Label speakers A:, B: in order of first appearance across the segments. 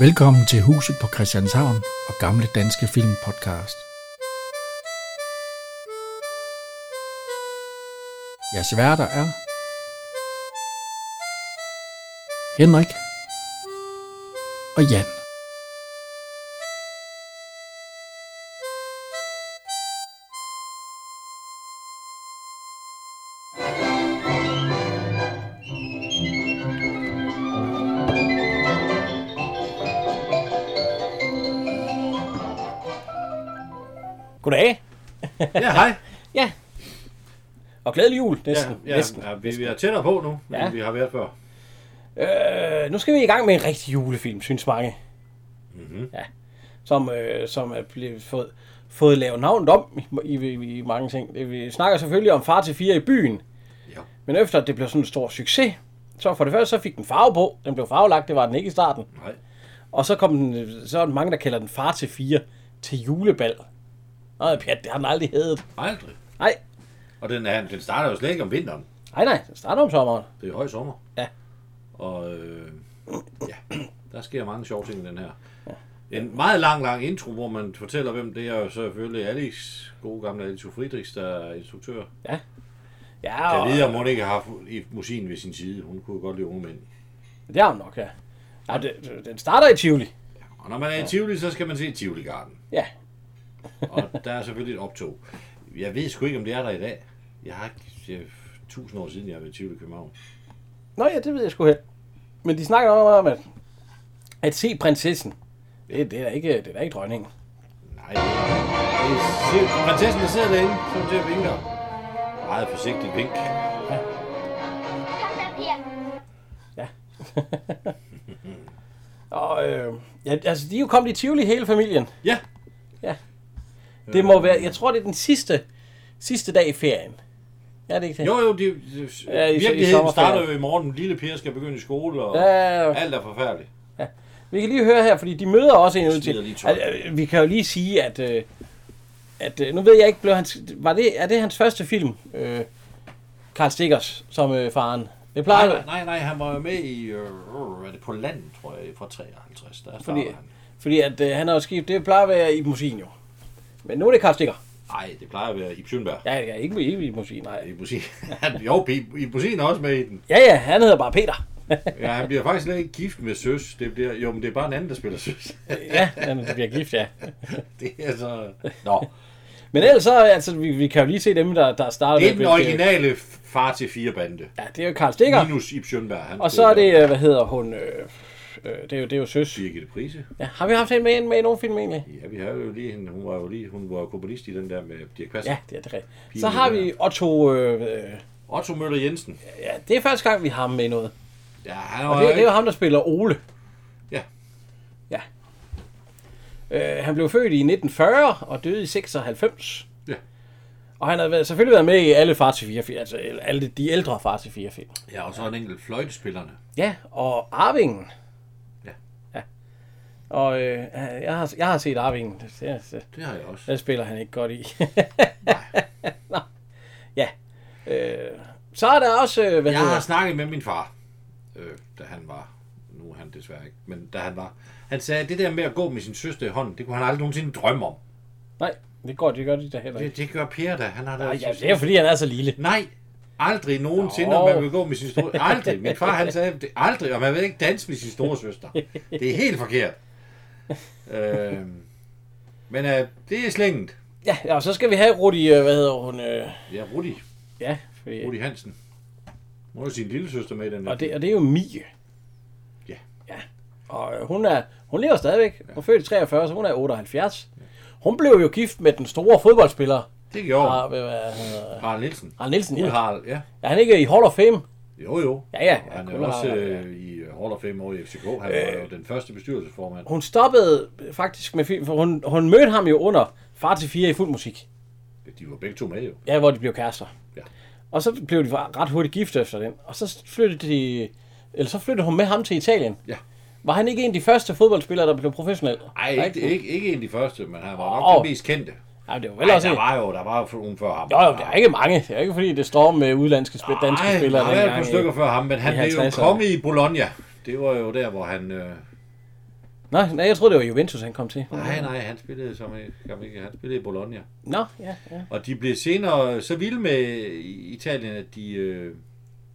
A: Velkommen til Huset på Christianshavn og Gamle Danske Film Podcast. Jeres værter er Henrik og Jan.
B: Goddag.
C: Ja, hej.
B: Ja. Og glædelig jul,
C: Ja,
B: næsten.
C: ja,
B: næsten.
C: ja vi, vi er tættere på nu, end
B: Ja.
C: vi har været før.
B: Øh, nu skal vi i gang med en rigtig julefilm, synes mange. Mm-hmm. Ja. Som, øh, som er blevet fået, fået lavet navnet om i, i, i, i mange ting. Det- Vi snakker selvfølgelig om Far til fire i byen.
C: Ja.
B: Men efter at det blev sådan en stor succes, så for det første så fik den farve på. Den blev farvelagt, det var den ikke i starten.
C: Nej.
B: Og så kom den, øh, så er der mange, der kalder den Far til fire til julebal. Nej, pjat, det har den aldrig heddet.
C: Aldrig.
B: Nej,
C: Og den, er, den starter jo slet ikke om vinteren.
B: nej, nej, den starter om sommeren.
C: Det er jo høj sommer.
B: Ja.
C: Og øh, ja, der sker mange sjove ting i den her. En meget lang, lang intro, hvor man fortæller, hvem det er. Og selvfølgelig Alex, gode gamle Alex Friedrichs, der er instruktør.
B: Ja,
C: Jeg ved, om hun ikke har haft i musikken ved sin side. Hun kunne godt lide unge mænd.
B: Det har hun nok, ja. ja det, det- den starter i Tivoli.
C: Og når man er i Tivoli, så skal man se Tivoli Garden.
B: Ja.
C: Og der er selvfølgelig et optog. Jeg ved sgu ikke, om det er der i dag. Jeg har ikke... jeg- Tusind år siden, jeg har været i Tivoli i København.
B: Nå ja, det ved jeg sgu helt. Men de snakker også om, at, at se prinsessen. Det, det, er da ikke, det er da ikke dronningen.
C: Nej, det er prinsessen, der sidder derinde, som til at vinker. Meget forsigtig vink.
B: Og øh, ja, altså, de er jo kommet i Tivoli hele familien.
C: Ja,
B: Det må være, jeg tror, det er den sidste, sidste dag i ferien. Ja, det er ikke det?
C: jo jo, de,
B: Ja, i- i
C: ja, virkeligheden
B: sommerferien.
C: starter jo i morgen. Lille Pia skal begynde i skole, og
B: Ja,
C: alt er forfærdeligt.
B: vi kan lige høre her, fordi de møder også en ud
C: Smider
B: til.
C: lige tøj.
B: øh, vi kan jo lige sige, at, øh, at øh, nu ved jeg ikke, blev hans, var det, er det hans første film, øh, Karl Stikkers, som øh, faren? Det plejer,
C: Nej, nej, nej, nej, han var jo med i, øh, er det på land, tror jeg, fra 53. Der
B: Fordi,
C: Fordi... han.
B: fordi at, øh, han har jo skib, det plejer at være i Musin jo. Men nu er det Karl Stikker.
C: Nej, det plejer at være i Pjønberg.
B: Ja, ja, ikke, ikke i Musin, nej.
C: I Busin. jo, i Busin er også med i den.
B: Ja, ja, han hedder bare Peter.
C: Ja, han bliver faktisk slet ikke gift med søs. Det bliver, jo, men det er bare en anden, der spiller søs.
B: ja, han bliver gift, ja.
C: Det er så... Nå,
B: Men ellers så, altså, vi, vi kan jo lige se dem, der, der starter.
C: det er
B: med-
C: den originale far til fire bande.
B: Ja, det er jo Karl Stikker.
C: Minus Ib Schønberg. Han
B: Og så er det, øh, hvad hedder hun, øh, øh, det, er jo, det er jo søs.
C: Birgitte Prise.
B: Ja, har vi haft hende med, med i nogen film egentlig?
C: Ja, vi havde jo lige hende. Hun var jo lige, hun var jo komponist i den der med Dirk Passer.
B: Ja,
C: Ja.
B: det er det rigtigt. Så har vi Otto, øh, øh,
C: Otto Møller Jensen.
B: ja, det er første gang, vi har ham med i noget.
C: Ja, han
B: Og
C: var
B: det, det er jo
C: ikke-
B: ham, der spiller Ole.
C: Ja.
B: Ja. Øh, han blev født i 1940 og døde i 96.
C: Ja.
B: Og han har været, selvfølgelig været med i alle Far til 4 film, altså alle de ældre Far til 4 film.
C: Ja, og så en enkelt fløjtespillerne.
B: Ja, og Arvingen.
C: Ja.
B: ja. Og øh, jeg, har, jeg har set Arvingen. Det, det,
C: Det har jeg også.
B: det spiller han ikke godt i. Nå. Ja. Øh, så er der også, øh, hvad
C: Jeg
B: hedder
C: har snakket med min far, øh, da han var... Nu er han desværre ikke, men da han var... Han sagde, at det der med at gå med sin søster i hånden, det kunne han aldrig nogensinde drømme om.
B: Nej, det går det gør de da heller ikke.
C: Det, det gør Per da. Han har da...
B: Ja, det er fordi, han er så lille.
C: Nej, aldrig nogensinde,
B: Nå.
C: om man vil gå med sin store... Aldrig. Min far, han sagde, det, aldrig, og man vil ikke danse med sin store søster. Det er helt forkert. Øh, men øh, det er slænget.
B: Ja, ja, og så skal vi have Rudi, øh, hvad hedder hun? Øh,
C: Ja, Rudi.
B: ja, fordi,
C: Rudi Hansen. Hun har sin lille søster med i den der.
B: og, det, og det er jo Mie.
C: Ja.
B: ja. Og øh, hun, er, hun lever stadigvæk. Hun er født i 43, så hun er 78. Hun blev jo gift med den store fodboldspiller.
C: det gjorde
B: Fra,
C: hun.
B: hvad, hvad, han hedder,
C: Harald Nielsen.
B: Harald Nielsen,
C: Ude
B: Ah. ja.
C: Harald, ja.
B: Er han ikke i Hall of Fame?
C: Jo, jo.
B: Ja, ja.
C: Og han er
B: Kun
C: også
B: Harald, ja. Øh.
C: øh, i Hall of Fame over i FCK. Han var jo den første bestyrelsesformand.
B: Hun stoppede faktisk med film, for hun, hun mødte ham jo under Far til 4 i fuld musik.
C: De var begge to med jo.
B: Ja, hvor de blev kærester.
C: Ja.
B: Og så blev de ret hurtigt gift efter den. Og så flyttede de... Eller så flyttede hun med ham til Italien.
C: Ja.
B: Var han ikke en af de første fodboldspillere, der blev professionel?
C: Ej,
B: Var
C: ikke, ikke, ikke en af de første, men han var nok
B: Åh.
C: den mest kendte.
B: Ej, det var vel
C: Ej,
B: også
C: der
B: en.
C: var jo, der var jo nogen før ham.
B: Jo, jo, der er ikke mange. Det er ikke fordi, det står med udenlandske spil, danske
C: Ej,
B: spillere
C: der var et par stykker
B: dengang.
C: før ham, men han
B: i
C: blev jo
B: 50'erne.
C: konge i Bologna. Det var jo der, hvor han øh,
B: Nå, nej, jeg troede, det var Juventus, han kom til.
C: Nej, nej, han spillede, som, som ikke, han spillede i Bologna.
B: Nå, ja, ja.
C: Og de blev senere så vilde med Italien, at de, øh,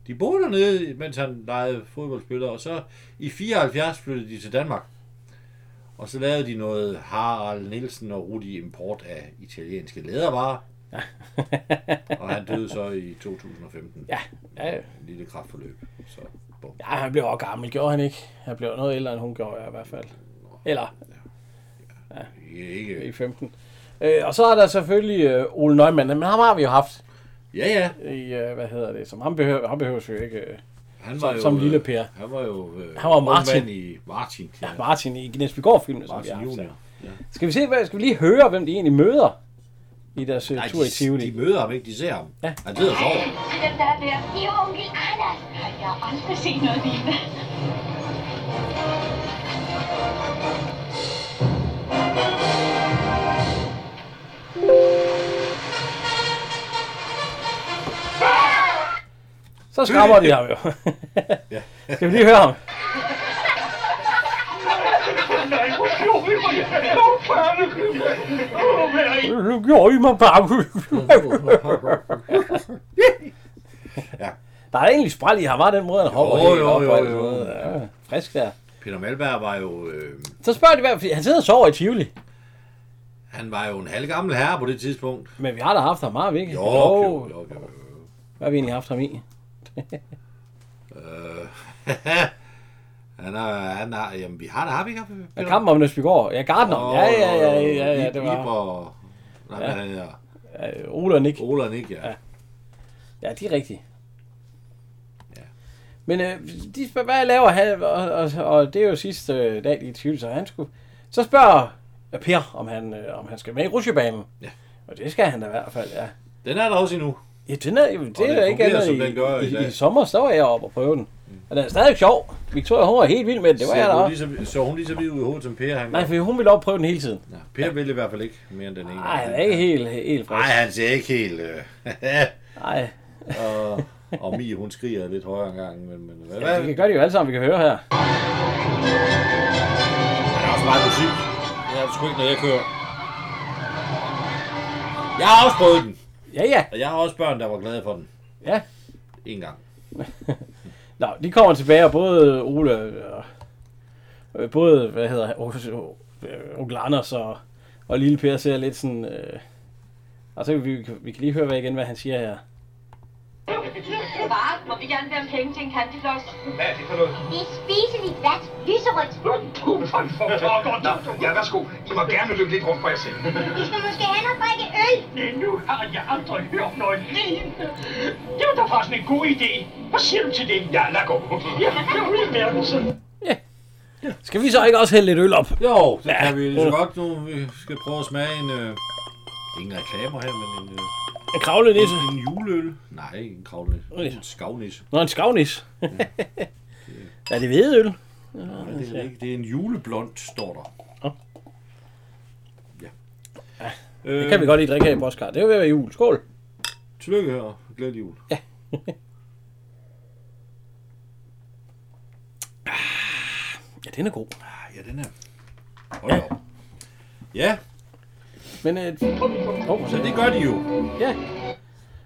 C: de boede dernede, mens han legede fodboldspiller. Og så i 74 flyttede de til Danmark. Og så lavede de noget Harald Nielsen og Rudi import af italienske lædervarer. og han døde så i 2015.
B: Ja, ja,
C: En lille kraftforløb. Så, bum.
B: ja, han blev også gammel, gjorde han ikke? Han blev noget ældre, end hun gjorde ja, i hvert fald. Eller i
C: Ikke.
B: 15. Øh, og så er der selvfølgelig øh, Ole Neumann, men ham har vi jo haft
C: Ja, ja.
B: i, øh, hvad hedder det, som ham behøver, ham behøver jo ikke. Øh,
C: Han
B: Som- som lille Per.
C: øh, Han var jo øh,
B: Han var
C: ung
B: Martin.
C: mand i Martin. Ja,
B: ja. Martin altså. i Gnesbygård-filmen, som vi
C: Martin
B: har haft.
C: Junior. Ja.
B: Skal vi se, hvad, skal vi lige høre, hvem de egentlig møder i deres øh,
C: Nej,
B: tur i
C: de, de
B: Tivoli?
C: møder ham ikke, de ser ham.
B: Ja.
C: Han sidder og sover.
D: Ved du, hvem der er der? Det er onkel Anders. Jeg har aldrig set noget lignende.
B: Så skræmmer de ham jo.
C: Ja.
B: skal vi lige høre ham? Nu gjorde I mig bare.
C: ja.
B: Der er egentlig spræl i ham, var den måde, han hopper
C: Jo,
B: helt
C: jo,
B: op
C: jo,
B: og alt
C: jo.
B: sådan noget. Ja, frisk der.
C: Peter Malberg var jo, øh,
B: Så spørger de, hvad, fordi han sidder og sover i Tivoli.
C: han var jo en halvgammel herre på det tidspunkt.
B: Men vi har da haft ham, har vi ikke?
C: Jo, jo, jo, jo.
B: Hvad har vi egentlig haft ham i?
C: Øh, han er, han er, jamen, vi har da, har vi ikke haft Peter?
B: Ja, kampen om Nøsbygård. Ja, Gardner.
C: Åh,
B: Ja, ja, ja, ja, ja,
C: Ib-
B: det
C: Ib
B: var
C: og, nej, ja. han hedder
B: ja, Ole og Nick.
C: Ole og Nick, ja. ja.
B: Ja, de er rigtige.
C: Ja.
B: Men øh, de spørger, hvad laver han? Og, og, og det er jo sidste øh, dag, de er i tvivl, så han skulle... Så spørger Per, om han, øh, om han skal med i rutsjebanen.
C: Ja.
B: Og det skal han da i hvert fald, ja.
C: Den er der også endnu.
B: Ja, den er, det, det
C: den
B: er ikke
C: fungerer,
B: andet
C: som
B: i,
C: den gør i
B: i, i,
C: dag. Mm.
B: sommer, så var jeg oppe og prøve den. Og den er stadig sjov. Victoria, hun var helt vild med den. Det var
C: så,
B: jeg da
C: hun
B: også.
C: lige så, så hun ligesom lige så vidt ud i hovedet som Per. Han
B: Nej,
C: Nej,
B: for hun ville op og prøve den hele tiden.
C: Per ville i hvert fald ikke mere end den ene.
B: Nej, han er ikke helt, helt
C: Nej,
B: frisk.
C: han ser ikke helt... Øh,
B: Nej,
C: og, og Mie, hun skriger lidt højere en gang, men, men hvad,
B: ja,
C: hvad?
B: det kan gøre det jo alle sammen, vi kan høre her.
C: Der er også meget musik. Det er der sgu ikke, når jeg kører. Jeg har også prøvet den,
B: Ja, ja,
C: og jeg har også børn, der var glade for den.
B: ja.
C: En gang.
B: Nå, de kommer tilbage, og både Ole og... øh, Både, hvad hedder han, Onkel- øh, onkel Anders og, og Lille Per ser lidt sådan... Øh, og så kan vi, vi kan lige høre hvad igen, hvad han siger her.
D: Bare, må vi gerne bede om penge til en candyfloss?
E: Hvad er det for noget?
F: Det er spiseligt glas, lyserødt.
E: Nå, ja, værsgo. I må gerne løbe lidt rundt på jer selv.
F: Vi skal måske hen og drikke øl.
E: Nu har jeg aldrig hørt noget lignende. Det var da faktisk en god idé. Hvad siger du til det? Ja, lad gå. Ja, det er ude i verden sådan.
B: Skal vi så ikke også hælde lidt øl op?
C: Jo, så
B: Ja.
C: kan vi lige så godt nu. Vi skal prøve at smage en... Øh, ingen reklamer her, men en, øh,
B: En kravlenisse.
C: en juleøl. Nej, ikke en kravlnisse. En skavnisse.
B: Nå, en skavnis. er det hvedeøl?
C: Nej, det er det ikke. Det er en juleblond, står der. Ja. Øh,
B: Det kan vi godt lige drikke her i Boskar. Det er jo ved at være jul. Skål.
C: Tillykke her, og glædelig jul. Ja.
B: Ja, den er god.
C: ja, den er... Hold da op. Ja,
B: Men, øh... Oh,
C: så det gør de jo.
B: Ja.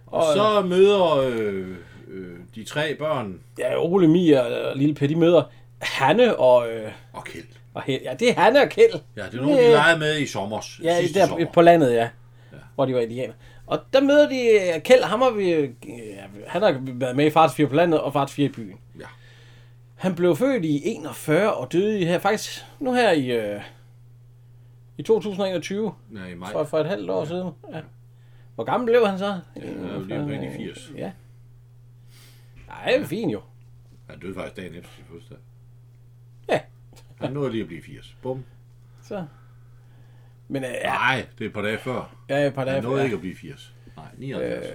B: Og, så...
C: Så møder øh, øh, de tre børn
B: ja, Ole, Mia og Lille Per, de møder Hanne og... Øh,
C: og Kjeld.
B: og Hel. Ja, det er Hanne og Kjeld.
C: Ja, det er nogen, de
B: Øh.
C: legede med i sommer.
B: Ja,
C: sidste
B: der
C: sommer.
B: på landet, ja. Hvor de var indianer. Og der møder de øh, Kjeld, ham har vi, øh, han har været med i Fars 4 på landet og Fars 4 i byen.
C: Ja.
B: Han blev født i 41 og døde i her, faktisk nu her i, øh, i 2021,
C: Ja, i maj.
B: for, for et halvt år siden. Ja. Hvor gammel blev han så?
C: Han er jo lige omkring de 80.
B: Ja. Ej, det er fint jo.
C: Han døde faktisk dagen efter sin fødselsdag.
B: Ja.
C: Han nåede lige at blive 80. Bum.
B: Så. Men øh, ja,
C: Nej, det er et par dage før.
B: ja, et par dage.
C: Han nåede
B: ja.
C: ikke at blive 80. Nej, 79.
B: Øh,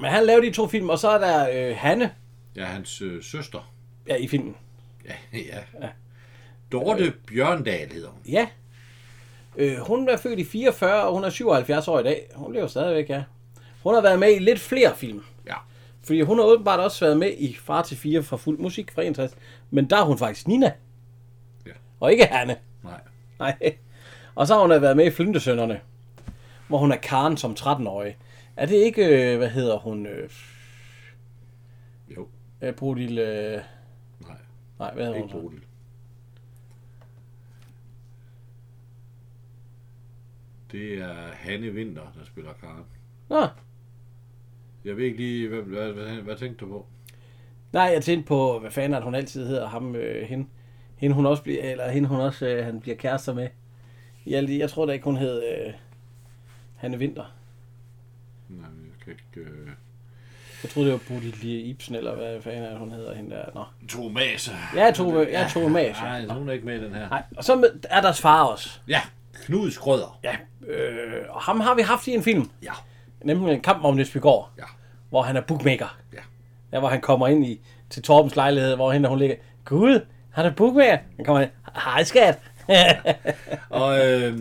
B: Men han lavede de to film, og så er der øh, Hanne
C: Ja, hans øh, søster.
B: ja, i filmen.
C: Ja, ja. Dorte Bjørndal hedder hun.
B: Ja. Øh, hun er født i 44, og hun er 77 år i dag. Hun lever stadigvæk, ja. Hun har været med i lidt flere film.
C: Ja.
B: Fordi hun har åbenbart også været med i Far til 4 fra Fuld Musik fra 61. Men der er hun faktisk Nina.
C: Ja.
B: Og ikke Hanne.
C: Nej.
B: Nej. Og så har hun været med i Flyntesønderne, hvor hun er Karen som 13-årig. Er det ikke, øh, hvad hedder hun, øh,
C: Jo.
B: øh, Bodil, øh,
C: Nej.
B: nej, hvad hedder
C: Ikke
B: hun?
C: Bodil. Det er Hanne Vinter, der spiller Karen.
B: Nå,
C: Jeg ved ikke lige, hvad, hvad, hvad, hvad tænkte du på?
B: nej, jeg tænkte på, hvad fanden er det, hun altid hedder, ham, øh, hende, hende hun også bliver, eller hende hun også, øh, han bliver kærester med. Jeg, jeg tror da ikke, hun hed øh, Hanne Vinter.
C: Nej, men jeg kan ikke... Øh...
B: Jeg troede, det var Bodil Ibsen, eller hvad fanden er det, hun hedder, hende der. Nå.
C: To maser.
B: Jeg tog, jeg tog med.
C: Nej, altså, hun er ikke med i den her.
B: Nej, og så med- er deres far også.
C: Ja, Knud Skrøder.
B: Ja, øh, og ham har vi haft i en film.
C: Ja.
B: Nemlig en kamp om Nøsbygård.
C: Ja.
B: Hvor han er bookmaker.
C: Ja.
B: Der hvor han kommer ind i, til Torbens lejlighed, hvor hende hun ligger. Gud, han er bookmaker. Han kommer ind. Hej skat.
C: Og, øh,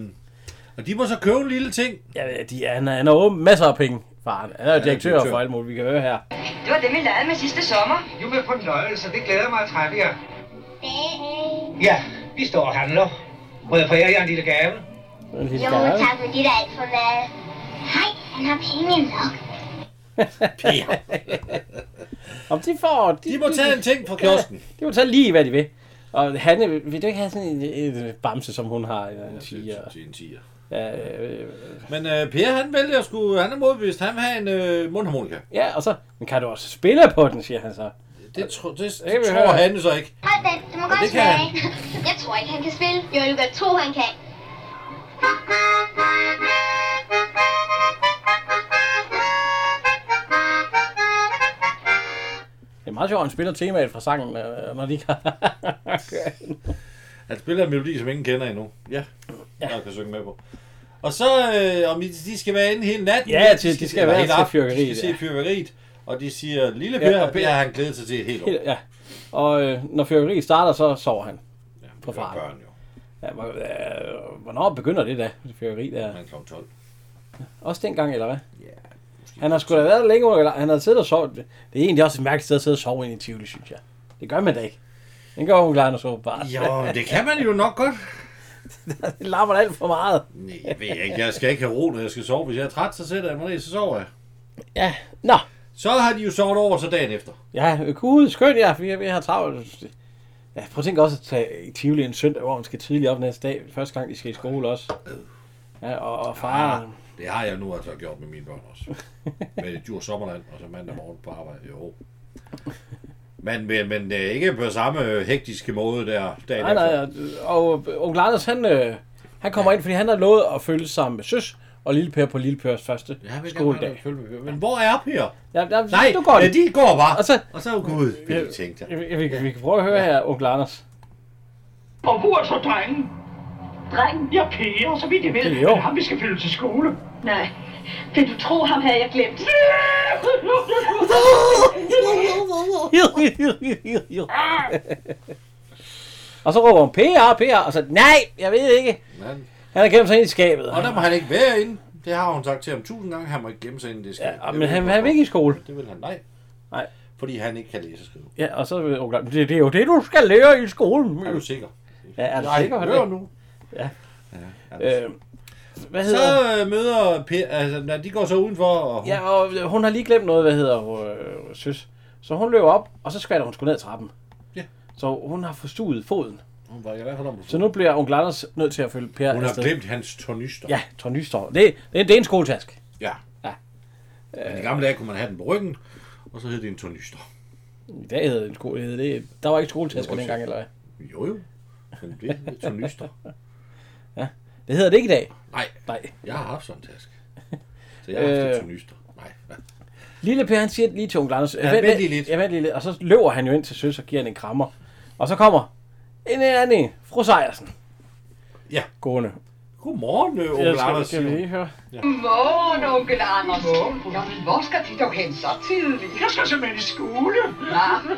C: og de må så købe en lille ting.
B: ja, de, han, er, han er åben masser af penge. Faren. Han er jo direktør,
C: direktør.
B: for alt muligt, vi kan høre her.
G: Det var dem, jeg legede med sidste sommer.
E: Nu er jeg på nøgle, så det glæder jeg mig at træffe jer. Ja, vi står og handler. Må jeg forære jer en lille gave?
B: Det er en lille
F: Jo,
B: gave.
F: tak, men det er da alt for meget. Hej, han har penge nok.
B: Om de får...
C: De må tage en ting fra kiosken.
B: De må tage lige, hvad de vil. Og Hanne, vil du ikke have sådan en, en bamse, som hun har? Eller en tiger?
C: Til en tiger.
B: Ja, øh, øh,
C: Men øh, Per, han vælger sgu, han er modbevist, han vil have en øh, mundharmonika.
B: ja, og så... Men kan du også spille på den, siger han så.
C: Det, tro, det, det
B: vil jeg
C: tror
B: høre.
C: han så ikke.
F: Hold den, du må
C: det
F: godt
C: kan
F: smage. Jeg tror ikke, han kan spille. Jo, jeg vil godt tro, han kan.
B: Det er meget sjovt, at han spiller temaet fra sangen, øh, når de ikke har...
C: Han spiller en melodi, som ingen kender endnu. Ja, ja. jeg kan synge med på. Og så, øh, om I- de skal være inde hele natten.
B: Ja, til- de skal være
C: hele
B: til
C: aften,
B: fyrværkeriet,
C: De skal se
B: ja.
C: fyrværkeriet. Og de siger, lille Per,
B: Ja,
C: ja,
B: og
C: og Per, han glæder sig til et helt år.
B: ja. Og øh, når fyrværkeriet starter, så sover han.
C: Ja, det
B: på
C: gør
B: faren.
C: børn jo.
B: Ja, hvor- øh, hvornår begynder det da, det fyrværkeri der?
C: Han er kl. 12.
B: Også dengang, eller hvad?
C: Ja, måske.
B: Han har sgu da været længe under, han har siddet og sovet. Det er egentlig også et mærkeligt sted at sidde og sove ind i Tivoli, synes jeg. Det gør man da ikke. Den gør hun klar, når så bare. Ja.
C: Jo, det kan man jo nok godt.
B: Det larmer alt for meget.
C: Nej, jeg ved jeg ikke. Jeg skal ikke have ro, når jeg skal sove. Hvis jeg er træt, så sætter jeg mig ned, så sover jeg.
B: Ja, nå.
C: Så har de jo sovet over så dagen efter.
B: Ja, gud, skønt ja, vi, vi har travlt. Ja, prøv at tænke også at tage i Tivoli en søndag, hvor man skal tidligt op næste dag. Første gang, de skal i skole også. Ja, og, og far,
C: Det har jeg nu altså gjort med mine børn også. Med et djur sommerland, og så mandag morgen på arbejde. Jo. Men, men, men øh, ikke på samme hektiske måde der dagen
B: Nej, nej,
C: efter.
B: og, og onkel Anders, han, øh, han kommer ind, fordi han har lovet at følge sammen med søs og Lille Per på Lille Pers første
C: Jeg vil gerne
B: skoledag.
C: følge med. Men hvor er Per?
B: Ja, ja,
C: Nej,
B: du går
C: ja,
B: det.
C: de går bare.
B: Og så-
C: og så gud, vil jeg tænkte jeg.
B: Vi, vi, vi kan prøve at høre her, onkel Anders.
E: Og hvor er så drengen? Drengen? Ja, Pære, så vidt jeg ved.
B: Det er
E: Det
B: jo.
E: er ham, vi skal flytte til skole.
H: Nej, vil du tro, ham havde jeg glemt?
B: og så råber hun, PR, PR, og så, nej, jeg ved ikke.
C: Men,
B: Han har gemt sig ind i skabet.
C: og der må han ikke være inde. Det har hun sagt til ham tusind gange. Han må ikke gemme sig inde i det skab.
B: Ja,
C: Det
B: men
C: ved
B: han,
C: jeg
B: han
C: godt.
B: vil ikke i skole.
C: Det vil han, nej.
B: Nej.
C: Fordi han ikke kan læse og skrive.
B: Ja, og så vil onkel Anders, det, det er jo det, du skal lære i skolen.
C: Er du sikker?
B: Ja, er du
C: Nej,
B: sikker på
C: hør
B: det?
C: nu. altså.
B: Øh, hvad
C: Så
B: hedder
C: øh, møder Per, altså, når de går så udenfor, og hun,
B: Ja, og øh, hun har lige glemt noget, hvad hedder øh, søs. Så hun løber op, og så skvatter hun sgu ned ad trappen.
C: Ja.
B: Så hun har forstuet foden.
C: hun var i hvert fald om på
B: Så nu bliver onkel Anders nødt til at følge Per
C: Hun har
B: afsted.
C: glemt hans tornister.
B: Ja, Trond Nystov. Det, det, er- det er en skoletask.
C: ja.
B: Ja.
C: Men i gamle dage kunne man have den på ryggen, og så hed det en tornister.
B: I dag hedder det en skole. Hed det, der var ikke skoletasker
C: Det er
B: dengang, eller hvad?
C: Jo jo, men det er tornister.
B: Det hedder det ikke i dag.
C: Nej,
B: Nej.
C: jeg har haft sådan en taske. Så jeg har haft
B: Øh.
C: øh... tornister. Nej, hvad?
B: Lille Per, han siger lige til onkel Anders.
C: Ja, vent lige lidt.
B: Ja, vent lige lidt. Og så løber han jo ind til søs og giver hende en krammer. Og så kommer en anden, en, fru Sejersen.
C: Ja.
B: Gående.
C: Godmorgen, øh,
B: Ja,
C: onkel
B: skal,
C: Anders.
B: skal vi
C: siger hun.
B: lige høre?
H: Godmorgen, onkel Anders. Nå, men hvor skal de dog hen så tidligt?
E: Jeg skal simpelthen i skole.
H: Hva?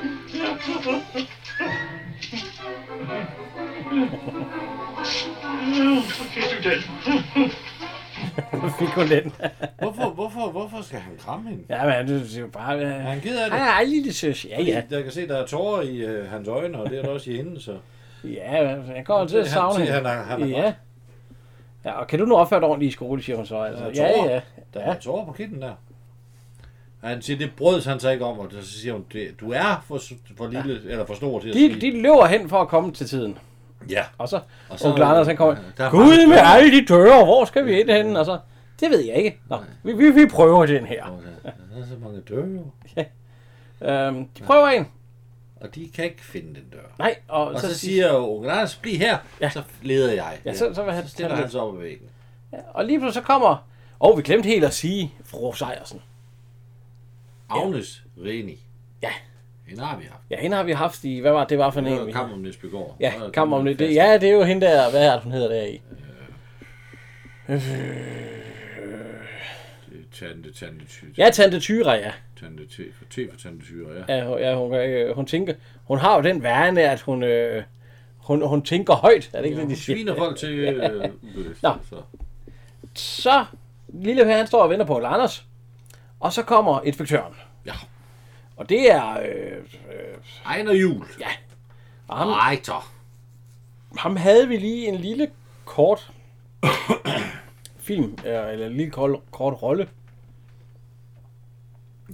E: Fik du den?
B: Fik hun den.
C: Hvorfor, hvorfor, hvorfor skal han kramme hende?
B: Ja, men det er jo bare... øh,
C: Er han ked af det?
B: Hej, hej, lille søs. Ja, ja.
C: Jeg kan se, der er tårer i øh, hans øjne, og det er der også i hende, så...
B: Ja, jeg kommer til at
C: Det er han-
B: savne
C: det er han- han er
B: ja. ja, og kan du nu opføre dig ordentligt i skole, siger hun så. Altså.
C: Jeg
B: Ja,
C: tror.
B: ja.
C: Der er altså over på kitten der. Og han siger, det brød han sig ikke om, og så siger hun, det, du er for, for lille, ja. eller for stor til at
B: De,
C: sige.
B: de løber hen for at komme til tiden.
C: Ja.
B: Og så,
C: Og
B: og
C: så-
B: så onkel Anders, han kommer,
C: Der er
B: Gud
C: mange-
B: med alle de døre, hvor skal vi ind henne? Og så, det ved jeg ikke. Nå, vi, vi, vi prøver den her.
C: Der er så mange døre,
B: Øhm, de prøver en.
C: og de kan ikke finde den dør.
B: Nej, og,
C: Og så, så siger onkel Anders, bliv her, ja.
B: Ja.
C: så leder jeg.
B: Ja, så- så vil han-
C: så stiller
B: han-
C: han sig op ad væggen.
B: og lige pludselig så kommer... Og oh, vi glemte helt at sige fru Sejersen.
C: Agnes Reni.
B: Ja.
C: Hende har vi haft.
B: Ja, hende har vi haft i... Hvad var det, det var for en
C: Det var
B: en? vi-
C: kamp om Nesbygård.
B: Ja,
C: Der var
B: kamp om det.
C: fast.
B: det. Ja, det er jo hende der... Hvad er det, hun hedder der i?
C: Det er Tante, tante, ty,
B: Ja, Tante Tyra, ja.
C: tante, ty, for T for tante Tyre, ja.
B: Ja, hun, ja, hun, øh, hun tænker... Hun har jo den værne, at hun... Øh, hun, hun tænker højt. Er det ikke ja, det, de
C: Hun
B: siger?
C: sviner folk til øh, ubevidst.
B: Nå.
C: Så.
B: Så... Lille Per, han står og venter på Anders. Og så kommer inspektøren.
C: Ja.
B: Og det er... Øh, øh,
C: Ejner Jul.
B: ja. Og ham,
C: Ej, så.
B: ham havde vi lige en lille kort film, øh, eller en lille kort, kort rolle.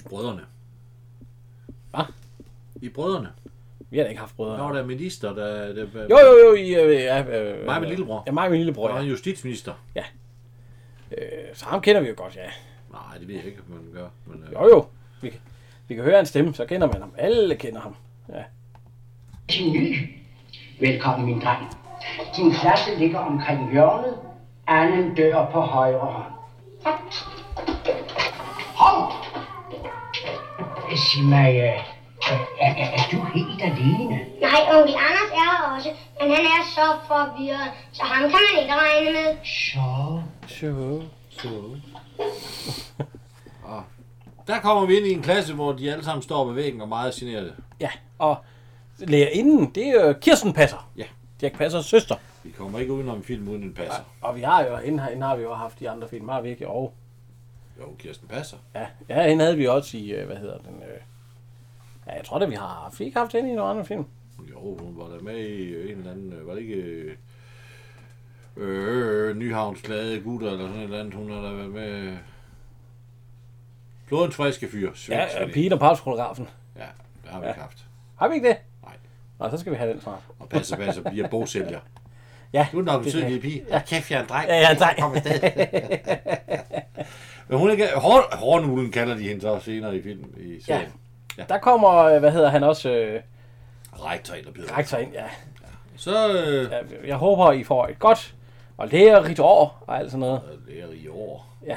C: Brødrene.
B: Hva?
C: I Brødrene.
B: Vi har da ikke haft brødre.
C: Der var der minister, der... der, der
B: Jo, jo, jo. I, øh, ja, øh,
C: Mig og min lillebror.
B: Ja, mig og min lillebror.
C: Der var
B: Ja.
C: en justitsminister.
B: Øh, Så ham kender vi jo godt, ja.
C: Nej, det ved jeg ikke, om man gør. Men, øh,
B: Jo, jo. Vi, kan- vi kan høre hans stemme, så kender man ham. Alle kender ham. Ja.
E: Din ny. Velkommen, min dreng. Din klasse ligger omkring hjørnet. Anden dør på højre hånd. Hov! Sig mig, øh, er, er, er du helt alene?
F: Nej, onkel Anders er her også, men han er så forvirret, så ham kan man ikke regne med.
E: Så...
B: Så.
C: Så. Og der kommer vi ind i en klasse, hvor de alle sammen står på væggen og er meget generede.
B: Ja, og lærerinden, det er jo Kirsten Passer.
C: Ja.
B: Jack Passers søster.
C: Vi kommer ikke udenom en film, uden den passer.
B: Og vi har jo, hende, har- hende har vi jo haft i andre film, har vi ikke? Og,
C: Jo, Kirsten passer.
B: ja, ja, hende havde vi også i, øh, hvad hedder den? Øh, ja, jeg tror da, vi har haft, vi ikke haft hende i nogen anden film.
C: Jo, hun var da med i en eller anden... øh, Var det ikke... øh, Øh, Nyhavns glade gutter eller sådan et eller andet. Hun har da været med... Flodens friske fyr. Svensk,
B: Ja,
C: er
B: øh, pigen og papsfotografen.
C: ja, der har vi ikke haft.
B: Har vi ikke det?
C: Nej.
B: Nå, så skal vi have den snart.
C: Og passer, passer, bliver bogsælger.
B: Ja,
C: Du er nok en
B: det
C: sød
B: er-
C: lille pige. Ja, kæft, jeg er en dreng.
B: Ja, jeg er en dreng.
C: Kom afsted. Men hun er ikke... Hår, hårnuglen kalder de hende så senere i filmen. I serien. Ja.
B: Der kommer, øh, hvad hedder han også, øh,
C: Rektor eller Peter.
B: rektor ind, ja.
C: Så øh,
B: Jeg, jeg håber, I får et godt og lærerigt år og alt sådan noget.
C: det er i år.
B: Ja.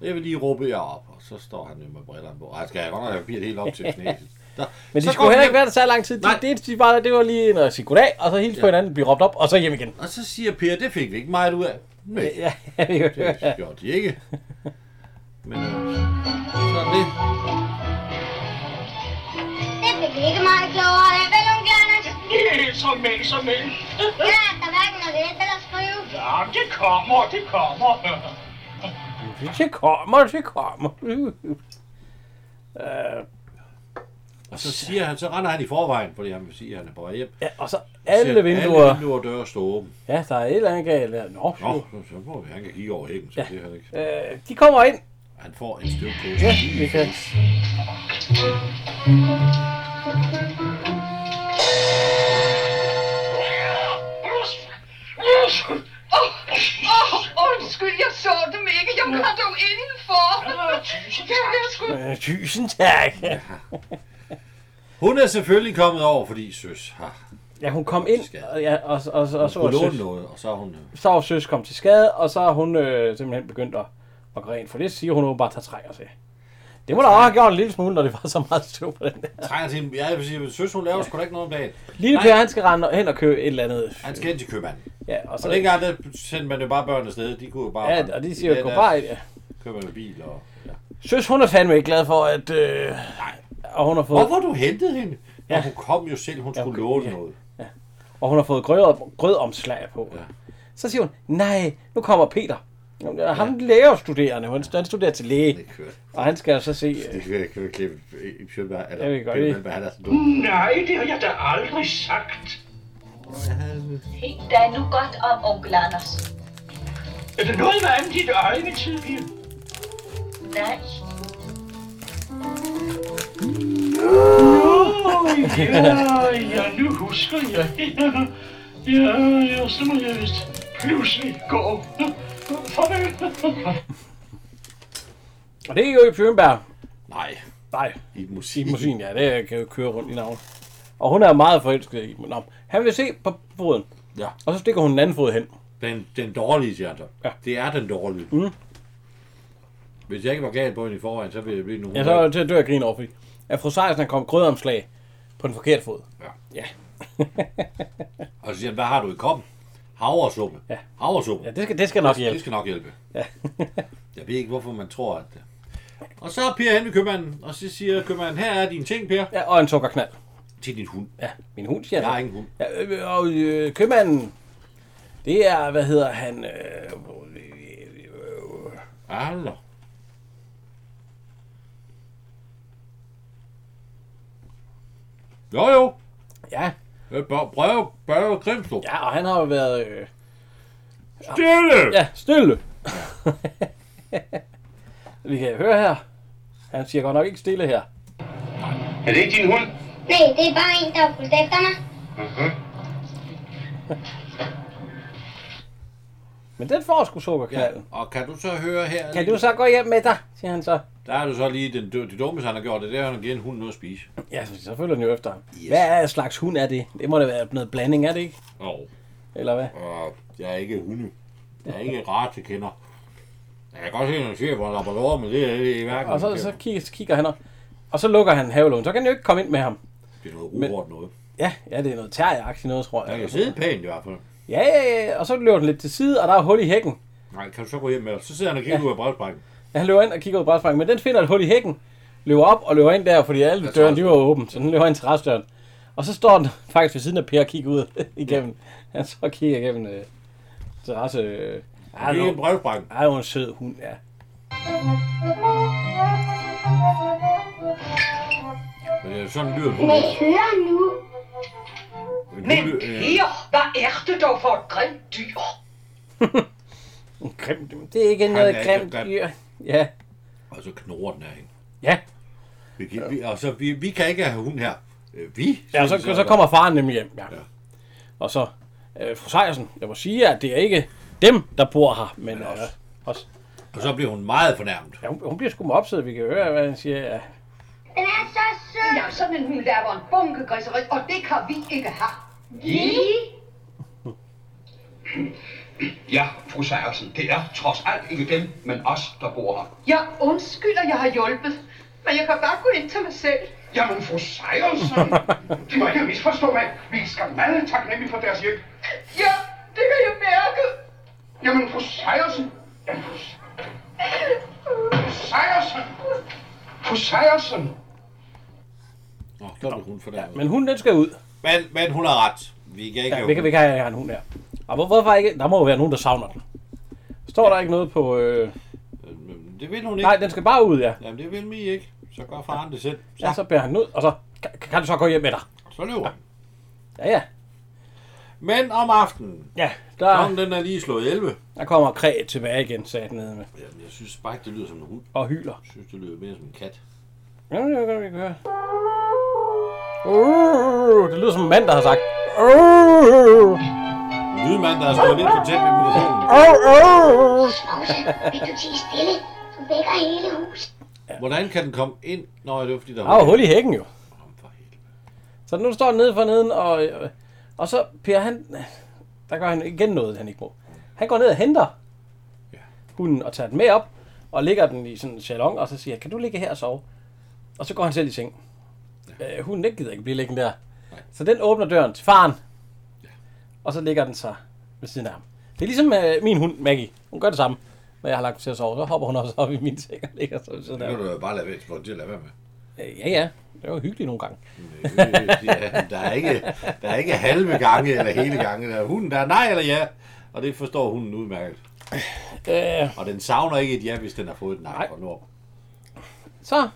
C: Og jeg vil lige råbe jer op, og så står han jo med brillerne på. Ej, skal jeg godt nok have papiret helt op til knæet. Der.
B: Men de
C: så
B: skulle
C: går
B: heller
C: han
B: ikke være der så lang tid. De,
C: Nej.
B: det, de bare, det var lige en at sige goddag, og så hilse ja. på hinanden, blive råbt op, og så hjem igen.
C: hjem, Og så siger Per, det fik vi ikke meget ud af. Nej,
B: Ja, ja.
C: det gjorde de ikke. Men øh, så er det.
F: Det fik vi ikke meget klogere af, vel, onkel Anders?
E: Ja, så med, så med.
F: Jeg lærte dig hverken at læse eller skrive.
E: Ja, det kommer, det kommer.
B: Det kommer, det kommer. Øh,
C: Og så siger han, så render han i forvejen, fordi han vil sige, at han er på vej hjem.
B: ja, og så
C: Siger,
B: alle
C: Alle
B: vinduer.
C: vinduer og døre står åbne.
B: Ja, der er et eller andet galt. der. Nå,
C: Nå,
B: Nå.
C: så- så må vi, han kan kigge over hækken, så det er han ikke.
B: Øh, de kommer ind.
C: Han får en støvkose.
B: Ja, vi kan.
H: Åh, oh, undskyld, jeg så dem ikke. Jeg kom dog indenfor. Jeg bliver sgu...
B: Øh, tusind tak.
C: Hun er selvfølgelig kommet over, fordi søs har
B: Ja, hun kom ind, og, ja, og, og, og, og så var
C: kunne låne
B: søs,
C: noget, og så er hun... øh,
B: så var søs kom til skade, og så er hun øh, simpelthen begyndt at, at græne. For det siger hun åbenbart, at trænger til. Det må da også have gjort en lille smule, når det var så meget støv på den der.
C: trænger til en... Ja, jeg vil sige, at søs, hun laver sgu da ikke noget om dagen.
B: Lille Per, han skal rende hen og købe et eller andet.
C: Han skal ind til købmanden.
B: Ja, og så
C: Og dengang, der sendte man jo bare børn afsted. De kunne jo bare...
B: Ja, og de siger jo,
C: Ja,
B: gå
C: der
B: bare ind. Ja.
C: Køber man bil og... Ja.
B: Søs, hun er fandme ikke glad for, at... Øh, og hun har fået,
C: Hvorfor du hentede hende? Ja.
B: Ja.
C: hun kom jo selv, hun skulle
B: okay,
C: låne
B: ja.
C: noget.
B: og hun har fået grød, grødomslag på.
C: Ja.
B: Ja. Så siger hun, nej, nu kommer Peter. Jamen, det er Ham ja. lærerstuderende, hun, han studerer til læge,
C: Det kører.
B: og han skal jo så se... Øh,
C: Det kan- kan vi klippe i Sjøberg.
B: Ja, vi kan godt lide.
C: Han er så dum.
E: Nej, det har jeg da aldrig sagt.
I: Tænk da nu godt om onkel Anders.
E: Er der noget med andet i dit øje, min søde pige?
I: Nej,
E: Ja, ja, nu husker jeg. Ja, ja, så må jeg vist pludselig gå. Farvel.
B: Og det er jo i Pjønberg.
C: Nej,
B: Nej,
C: i musik.
B: i musikken, ja, det kan jo køre rundt i navnet. Og hun er meget forelsket i Nå, han vil se på foden,
C: Ja,
B: og så stikker hun den anden fod hen.
C: den, den dårlige, siger han så.
B: Ja.
C: Det er den dårlige.
B: Mhm.
C: Hvis jeg ikke var gal på hende i forvejen, så ville jeg blive nogen.
B: Ja, så er jeg til at dø af grin over, fordi at fru Sejersen kom krydderomslag på den forkerte fod.
C: Og så siger han, hvad har du i kom? Havresuppe.
B: Ja.
C: Havresuppe.
B: Ja, det skal, det skal nok
C: Det
B: hjælpe.
C: skal nok hjælpe.
B: Ja.
C: jeg ved ikke, hvorfor man tror, at det. Og så er Per hen ved købmanden, og så siger købmanden, her er dine ting, Per,
B: Ja, og en sukkerknald.
C: til din hund.
B: Ja, min hund siger
C: Jeg har
B: det.
C: ingen hund.
B: Ja, øh, og øh, købmanden, det er, hvad hedder han? Øh,
C: Aller. Jo, jo.
B: ja,
C: Øh, Bør- Børge, Børge Grimstrup.
B: ja, og han har jo været... Øh,
C: Stille!
B: Ja, stille. Vi kan høre her. Han siger godt nok ikke stille her.
E: Er det ikke din hund?
F: Nej, det er bare en, der har fulgt efter mig.
B: Men den får sgu sukkerknalden.
C: Og kan du så høre her?
B: Ja. Kan du så gå hjem med dig, siger han så.
C: Der er du så lige den, dø- det dummeste, han har gjort. Det er, at han har givet en hund noget at spise.
B: Ja, så, så følger den jo efter ham. Yes. Hvad er slags hund er det? Det må da være noget blanding, er det ikke?
C: Og
B: Eller hvad?
C: øh, jeg er ikke hunde. Jeg er ikke ret til kender. Jeg kan godt se, når jeg ser på en labrador, men det er det i hverken.
B: Og så, så kigger, så kigger han op. Og så lukker han havelån. Så kan han jo ikke komme ind med ham.
C: Det er noget urort noget.
B: Ja, ja det er noget terrieragtigt noget, tror
C: Jeg
B: jeg.
C: kan sidde pænt i hvert fald.
B: Ja, ja, ja. Og så løber den lidt til side, og der er hul i hækken.
C: Nej, kan du så gå hjem med dig? Så sidder han og kigger ja. ud af brætsprækken.
B: Ja, han løber ind og kigger ud i brætsprækken, men den finder et hul i hækken, løber op og løber ind der, fordi alle døren de var åbne, så den løber ind til restdøren. Og så står den faktisk ved siden af Per og kigger ud igennem. Han så kigger igennem øh, terrasse. Øh. Ej,
C: Det er en
B: nu-
C: brevsprækken.
B: ej, hun er en sød hund, ja.
C: Men det er sådan lyder
F: Men
C: det.
F: hør nu.
C: Men
H: Men
C: du, øh,
H: Per, hvad er det dog for et grimt dyr?
B: En grim, det er ikke
C: Han
B: noget
C: er ikke
B: grimt
C: grim.
B: dyr. Ja,
C: Og så Øh, altså, knurrer den af hende.
B: ja.
C: Vi, kan, vi, og så, vi, vi kan ikke have hund her. Øh, vi?
B: ja og så,
C: siger de
B: så kommer faren nemlig hjem. Ja.
C: Ja.
B: Og så, øh, fru Sejersen, jeg må sige, at det er ikke dem, der bor her, men øh,
C: os.
B: os.
C: Og så bliver hun meget fornærmet.
B: Ja, hun, hun bliver sgu opsiddet, vi kan høre, hvad han siger. Ja.
F: Den er så sød.
H: Ja, sådan en hund laver en bunke griseri, og det kan vi ikke have.
E: Ja, fru Sejersen, det er trods alt ikke dem, men os, der bor her.
H: Jeg undskylder, jeg har hjulpet, men jeg kan bare gå ind til mig selv.
E: Jamen, fru Sejersen, de må ikke misforstå mig. Vi skal meget taknemmelige for deres hjælp.
H: Ja, det kan jeg mærke.
E: Jamen, fru Sejersen. Jamen, fru Se- Fru Sejersen. Fru Sejersen.
C: Nå, så bliver hun fornærmet.
B: Men hun, den skal ud.
C: Men, men hun har ret. Vi kan ikke
B: Ja,
C: have
B: vi kan, vi kan have en hund her. Og hvor, hvorfor ikke? Der må jo være nogen, der savner den. Står der ikke noget på... Øh...
C: hund. Øh, men Det vil hun ikke.
B: Nej, den skal bare ud, ja.
C: Jamen, det vil vi ikke. Så gør faren det selv. Så,
B: Ja, så bærer han den ud, og så kan, kan du så gå hjem med dig.
C: så løber han.
B: Ja, ja.
C: Men om aftenen,
B: Ja,
C: klokken
B: der,
C: den er lige slået 11.
B: der kommer kræ tilbage igen, sagde den nede med.
C: Jamen, jeg synes bare ikke, det lyder som en hund.
B: Og hyler.
C: Jeg synes, det lyder mere som en kat.
B: Ja, det kan vi ikke høre. Uh, det lyder som en mand, der har sagt. Uh,
C: En lydmand, der har stået lidt for tæt ved mikrofonen.
B: uh, uh.
F: Sovse, vil du tige stille? Du vækker hele huset.
C: Hvordan kan den komme ind? Nå, det var fordi, der
B: Der er jo hul i hækken jo.
C: Kom for helvede.
B: Så nu står han nede for neden, og, øh, og så Per, han, der gør han igen noget, han ikke må. Han går ned og henter
C: Ja.
B: hunden og tager den med op, og ligger den i sådan en salon, og så siger, kan du ligge her og sove? Og så går han selv i seng. Ja. Øh, hunden den gider ikke blive liggende der. Nej. Så den åbner døren til faren, og så ligger den sig ved siden af ham. Det er ligesom øh, min hund, Maggie. Hun gør det samme. Når jeg har lagt mig til at sove, så hopper hun også op i min seng og ligger sig ved siden
C: Det
B: af
C: kan
B: ham.
C: du jo bare lade være, for det at lade være med.
B: Øh, ja, ja. Det var jo hyggeligt nogle gange.
C: Øh, Ja, der, er ikke, der er ikke halve gange eller hele gange. Der er hunden, der er nej eller ja. Og det forstår hunden udmærket.
B: Øh,
C: Og den savner ikke et ja, hvis den har fået et nej,
B: Nej.
C: fra Nord.
B: Så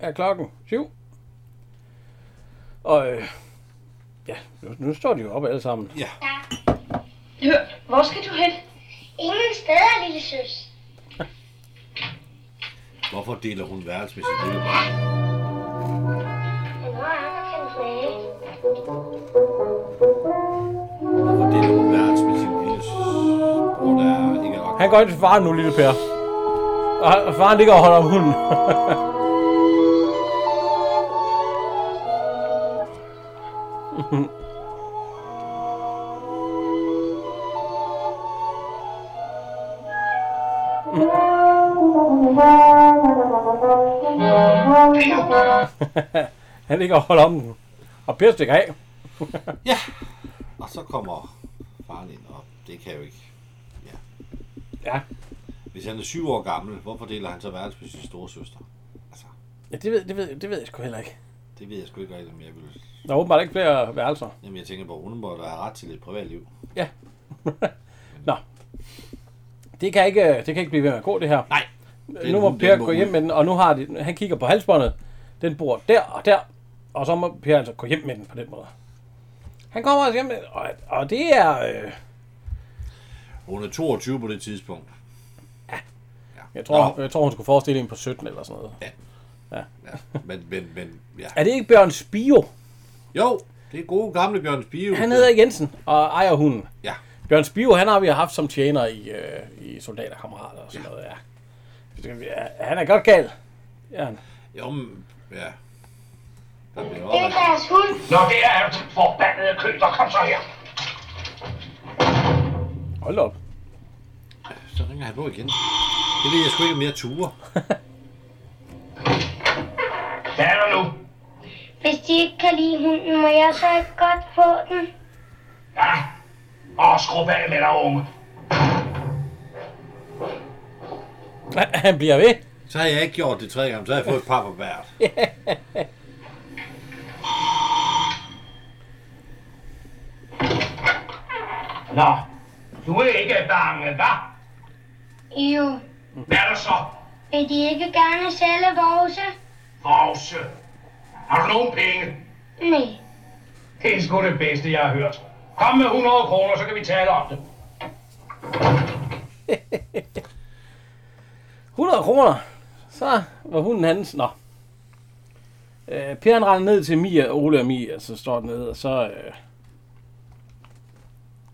B: er klokken syv. Og øh, Ja, nu, nu står de jo op alle sammen.
F: Ja.
H: Hør, hvor skal du hen?
F: Ingen steder, lille søs.
C: Hvorfor deler hun værelse med sin lille barn?
F: Men hvor er der kan klage?
C: Hvorfor deler hun værelse med sin lille s- bror, der er ikke er ret?
B: Han går ind til faren nu, lille Per. Og og faren ligger og holder om hunden. Han ligger og holder om den. Og Per stikker af.
C: Ja. Og så kommer faren ind, og det kan jo ikke.
B: Ja,
C: Hvis han er syv år gammel, hvorfor deler han så værelse med sin store søster? Altså,
B: ja det, ved, det, ved, det ved jeg sgu heller ikke.
C: det ved jeg sgu ikke rigtigt, om jeg vil...
B: Der er åbenbart ikke flere værelser.
C: Jamen, jeg tænker på, hun må da have ret til et privatliv.
B: Det kan ikke, øh, det kan ikke blive ved med at gå, det her.
C: Nej.
B: Den, nu må
C: den
B: Per
C: må
B: gå
C: ud.
B: hjem med den, og nu har de, han kigger på halsbåndet. Den bor der og der, og så må Per altså gå hjem med den på den måde. Han kommer altså hjem med den, og, og det er... Øh,
C: Hun er 22 på det tidspunkt. Ja.
B: jeg, tror,
C: Nå,
B: jeg tror, hun skulle forestille en på 17 eller sådan noget.
C: ja. Men, men, men, ja.
B: Er det ikke Bjørn Spio?
C: Jo, det er gode gamle Bjørn Spio.
B: Han hedder Jensen og ejer hunden.
C: Ja.
B: Bjørn Spio, han har vi haft som tjener i, øh, i soldaterkammerater og sådan ja. noget, ja. Ja, Han er godt gal. Ja, han.
C: Jo, men, ja. Der bliver
F: Det er
C: også...
F: deres hund.
E: Nå, det er alt forbandede kø, der kom så her.
B: hold da op.
C: Så ringer han på igen. Det ved jeg sgu ikke, om jeg ture.
E: Hvad er der nu?
F: Hvis de ikke kan lide hunden, må jeg så ikke godt få den?
E: Ja, og skrub af med dig, unge.
B: Han bliver ved.
C: Så har jeg ikke gjort det tre gange, så har jeg fået et par på hvert.
E: Nå, du er ikke bange, hva?
F: Jo.
E: Hvad er der så?
F: Vil de ikke gerne sælge vores?
E: Vavse. Har du nogen penge?
F: Nej.
E: Det er sgu det bedste, jeg har hørt. Kom med 100 kroner, så kan vi tale om det.
B: 100 kroner. Så var hunden hans. Nå. Øh, per han render ned til Mia, Ole og Mia, så står den nede, og så... Øh,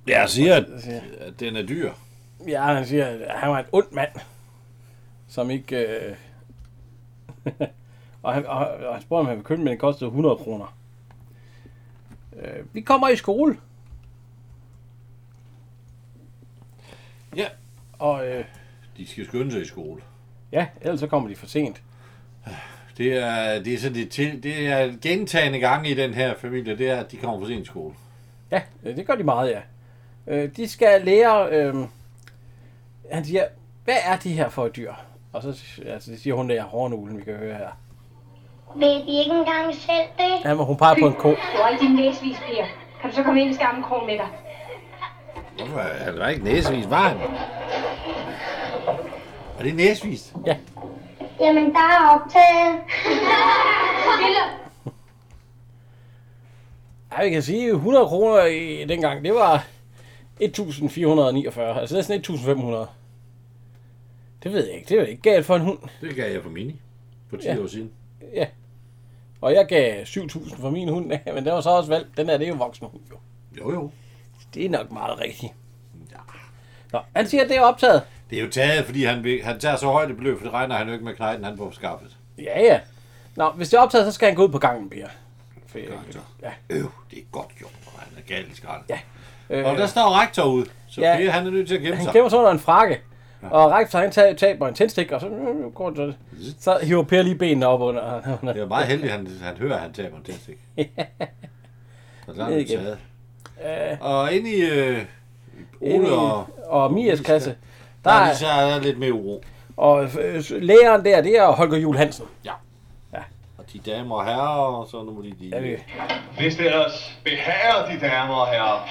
C: Jeg siger, at,
B: siger jeg.
C: at den er dyr.
B: ja, han siger, at han var en ond mand. Som ikke... Øh, og, han, og, og han spurgte, om han ville købe den, men den kostede 100 kroner. Øh, vi kommer i skole,
C: Ja.
B: og øh,
C: De skal skynde sig i skole.
B: ja, ellers så kommer de for sent.
C: Det er, det er sådan det, til, det er gentagende gange i den her familie, det er, at de kommer for sent i skole.
B: Ja, øh, det gør de meget, ja. Øh, de skal lære... Øh, han siger, hvad er de her for et dyr? Og så altså, det siger hun, der er hårnuglen, vi kan høre her.
F: Vil de ikke engang selv det?
B: Ja, men hun peger på en ko.
I: Du er i din læsvis, Pia. Kan du så komme ind i skammen krogen med dig?
C: Hvorfor? Han var ikke næsvis, var han? Er det næsvis?
F: Jamen, der er optaget.
B: Ja, vi kan sige, 100 kroner i dengang, det var 1449, altså næsten 1500. Det ved jeg ikke, det er jo ikke galt for en hund.
C: Det gav jeg for Mini for 10
B: Ja.
C: ja. år siden.
B: Og jeg gav 7000 for min hund, men den var så også valgt. Den er det er jo voksen hund, jo.
C: Jo, jo.
B: Det er nok meget rigtigt. Nå, han siger, at det er optaget.
C: Det er jo taget, fordi han, vil- han tager så højt et beløb, for det regner han jo ikke med knejten, han får skaffet.
B: Ja, ja. Nå, hvis det er optaget, så skal han gå ud på gangen, Per. For, ja.
C: Altså, Øv, det er godt gjort, og han er galt i skraldet.
B: Ja. Øh,
C: Og der står rektor ud, så
B: Ja.
C: ja. Per, han er nødt til at gemme
B: Han
C: sig.
B: gemmer sig under en frakke. Og Rektor, han tager, taber en tændstik, og så øh, går han så, så hiver Per lige benene op under. under.
C: Det er meget heldigt, han, han hører, at han taber en tændstik. Så der er
B: Ned
C: han
B: igen.
C: taget. Og inde i øh,
B: Inde
C: Ole
B: i-
C: og...
B: og Mias kasse. Der
C: Der er, de, så
B: er,
C: er der lidt mere uro.
B: og øh, læreren der, det er Holger Jul Hansen.
C: Og de damer og herrer, og så nu lige de...
B: Ja, vi-
J: Hvis det ellers behager de damer og herrer.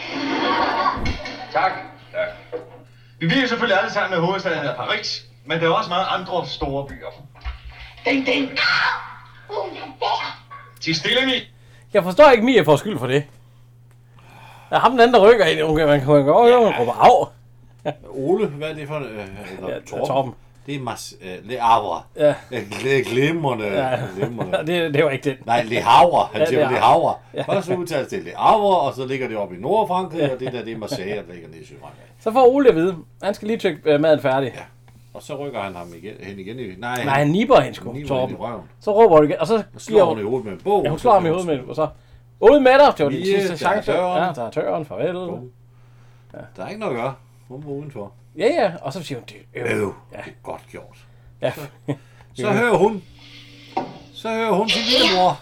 J: Tak. tak. Vi vil jo selvfølgelig alle sammen, at hovedstaden er Paris, men der er også mange andre store byer.
E: Ding, ding.
D: Hun er der.
J: Til stille, Mi.
B: Jeg forstår ikke, Mia får skyld for det. Ja, ham den anden, der rykker ind. Man kan man kan gå over og råbe af.
C: Ole, hvad er det for en... Øh, eller
B: Ja,
C: Torben.
B: Torben.
C: Det er Mas... Øh, Le Havre.
B: Ja.
C: Le Glimrende.
B: Ja.
C: Glimrende.
B: det, det var ikke den.
C: Nej, Le Havre. Han
B: Ja,
C: siger
B: Le
C: jo Le
B: Havre.
C: Havre. Først udtales det Le Havre, og så ligger det oppe i Nordfrankrig, og det der, det er Marseille, der ligger nede i Sydfrankrig.
B: Så får Ole at vide. Han skal lige tjekke øh, maden færdig. Ja.
C: Og så rykker han ham igen, hen igen i... Nej,
B: Nej, han nipper hende sgu,
C: niver
B: Torben.
C: hende i røven.
B: Så råber hun igen, og så
C: Og
B: giver
C: slår hun i hovedet med en bog.
B: Ja, hun slår ham i hovedet med det, og så... Ud med dig! Det var din
C: Ja,
B: sidste
C: øh, der
B: chance.
C: er døren.
B: Ja, der er tøren, farvel.
C: Der er ikke noget at gøre. Hun var udenfor.
B: Ja, ja, og så siger hun, det er øv.
C: Øv, det er godt gjort.
B: Ja.
C: Så hører hun. Så hører hun sin lille mor.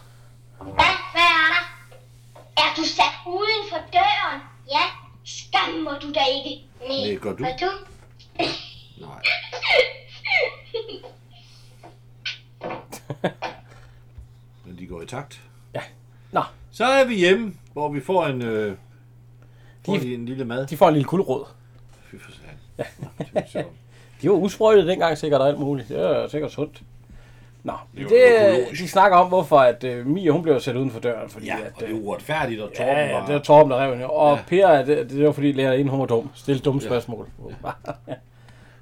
F: Hvad? Hvad er der? Er du sat uden for døren? Ja. Skam må du da ikke.
C: Næ, gør du.
F: Og du?
C: Nej. Men de går i takt.
B: Ja. Nå,
C: Så er vi hjemme, hvor vi får en, øh, får
B: De-
C: de, en lille mad.
B: de får en lille guldråd.
C: Fy for satan. Nå, det er sjovt.
B: De var usprøjtet dengang sikkert og alt muligt. Det er sikkert sundt. Nå,
C: er
B: det,
C: jo
B: det
C: økologisk.
B: de snakker om, hvorfor at øh, Mia, hun blev sat uden for døren, fordi
C: Ja,
B: at...
C: og det er
B: øh,
C: uretfærdigt, og Torben
B: Ja, ja,
C: var...
B: det var Torben, der rev hende. Og ja. Per, det, det, var fordi læreren hun var dum. Stille dumme spørgsmål. Ja.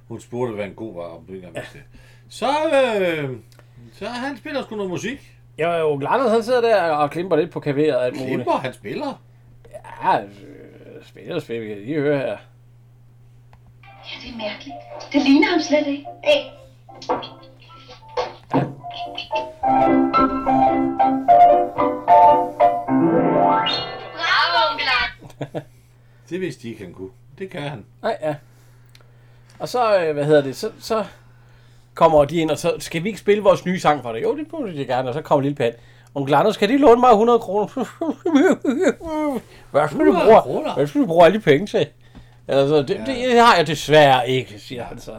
C: Hun spurgte, hvad en god var, om du ikke engang vidste det. Så, øh, så han spiller sgu noget musik.
B: ja, onkel Anders, han sidder der og klimper lidt på klaveret og alt muligt.
C: Klimper, han spiller.
B: Ja, øh, spiller, spiller, vi kan lige høre her.
H: Ja, det er mærkeligt. Det ligner ham slet ikke.
F: Øh,
H: Bravo, onkel
C: Det vidste de ikke, han kunne. Det kan han.
B: Nej, ja. Og så, øh, hvad hedder det, så, så kommer de ind, og så skal vi ikke spille vores nye sang for dig? Jo, det burde de gerne, og så kommer Lille Pat. Onkel Anders, kan de låne mig 100 kroner? Hvad skal du
C: 100
B: bruge?
C: kroner?
B: Hvad skal du bruge alle de penge til? Altså, det, det, det har jeg desværre ikke, siger han så.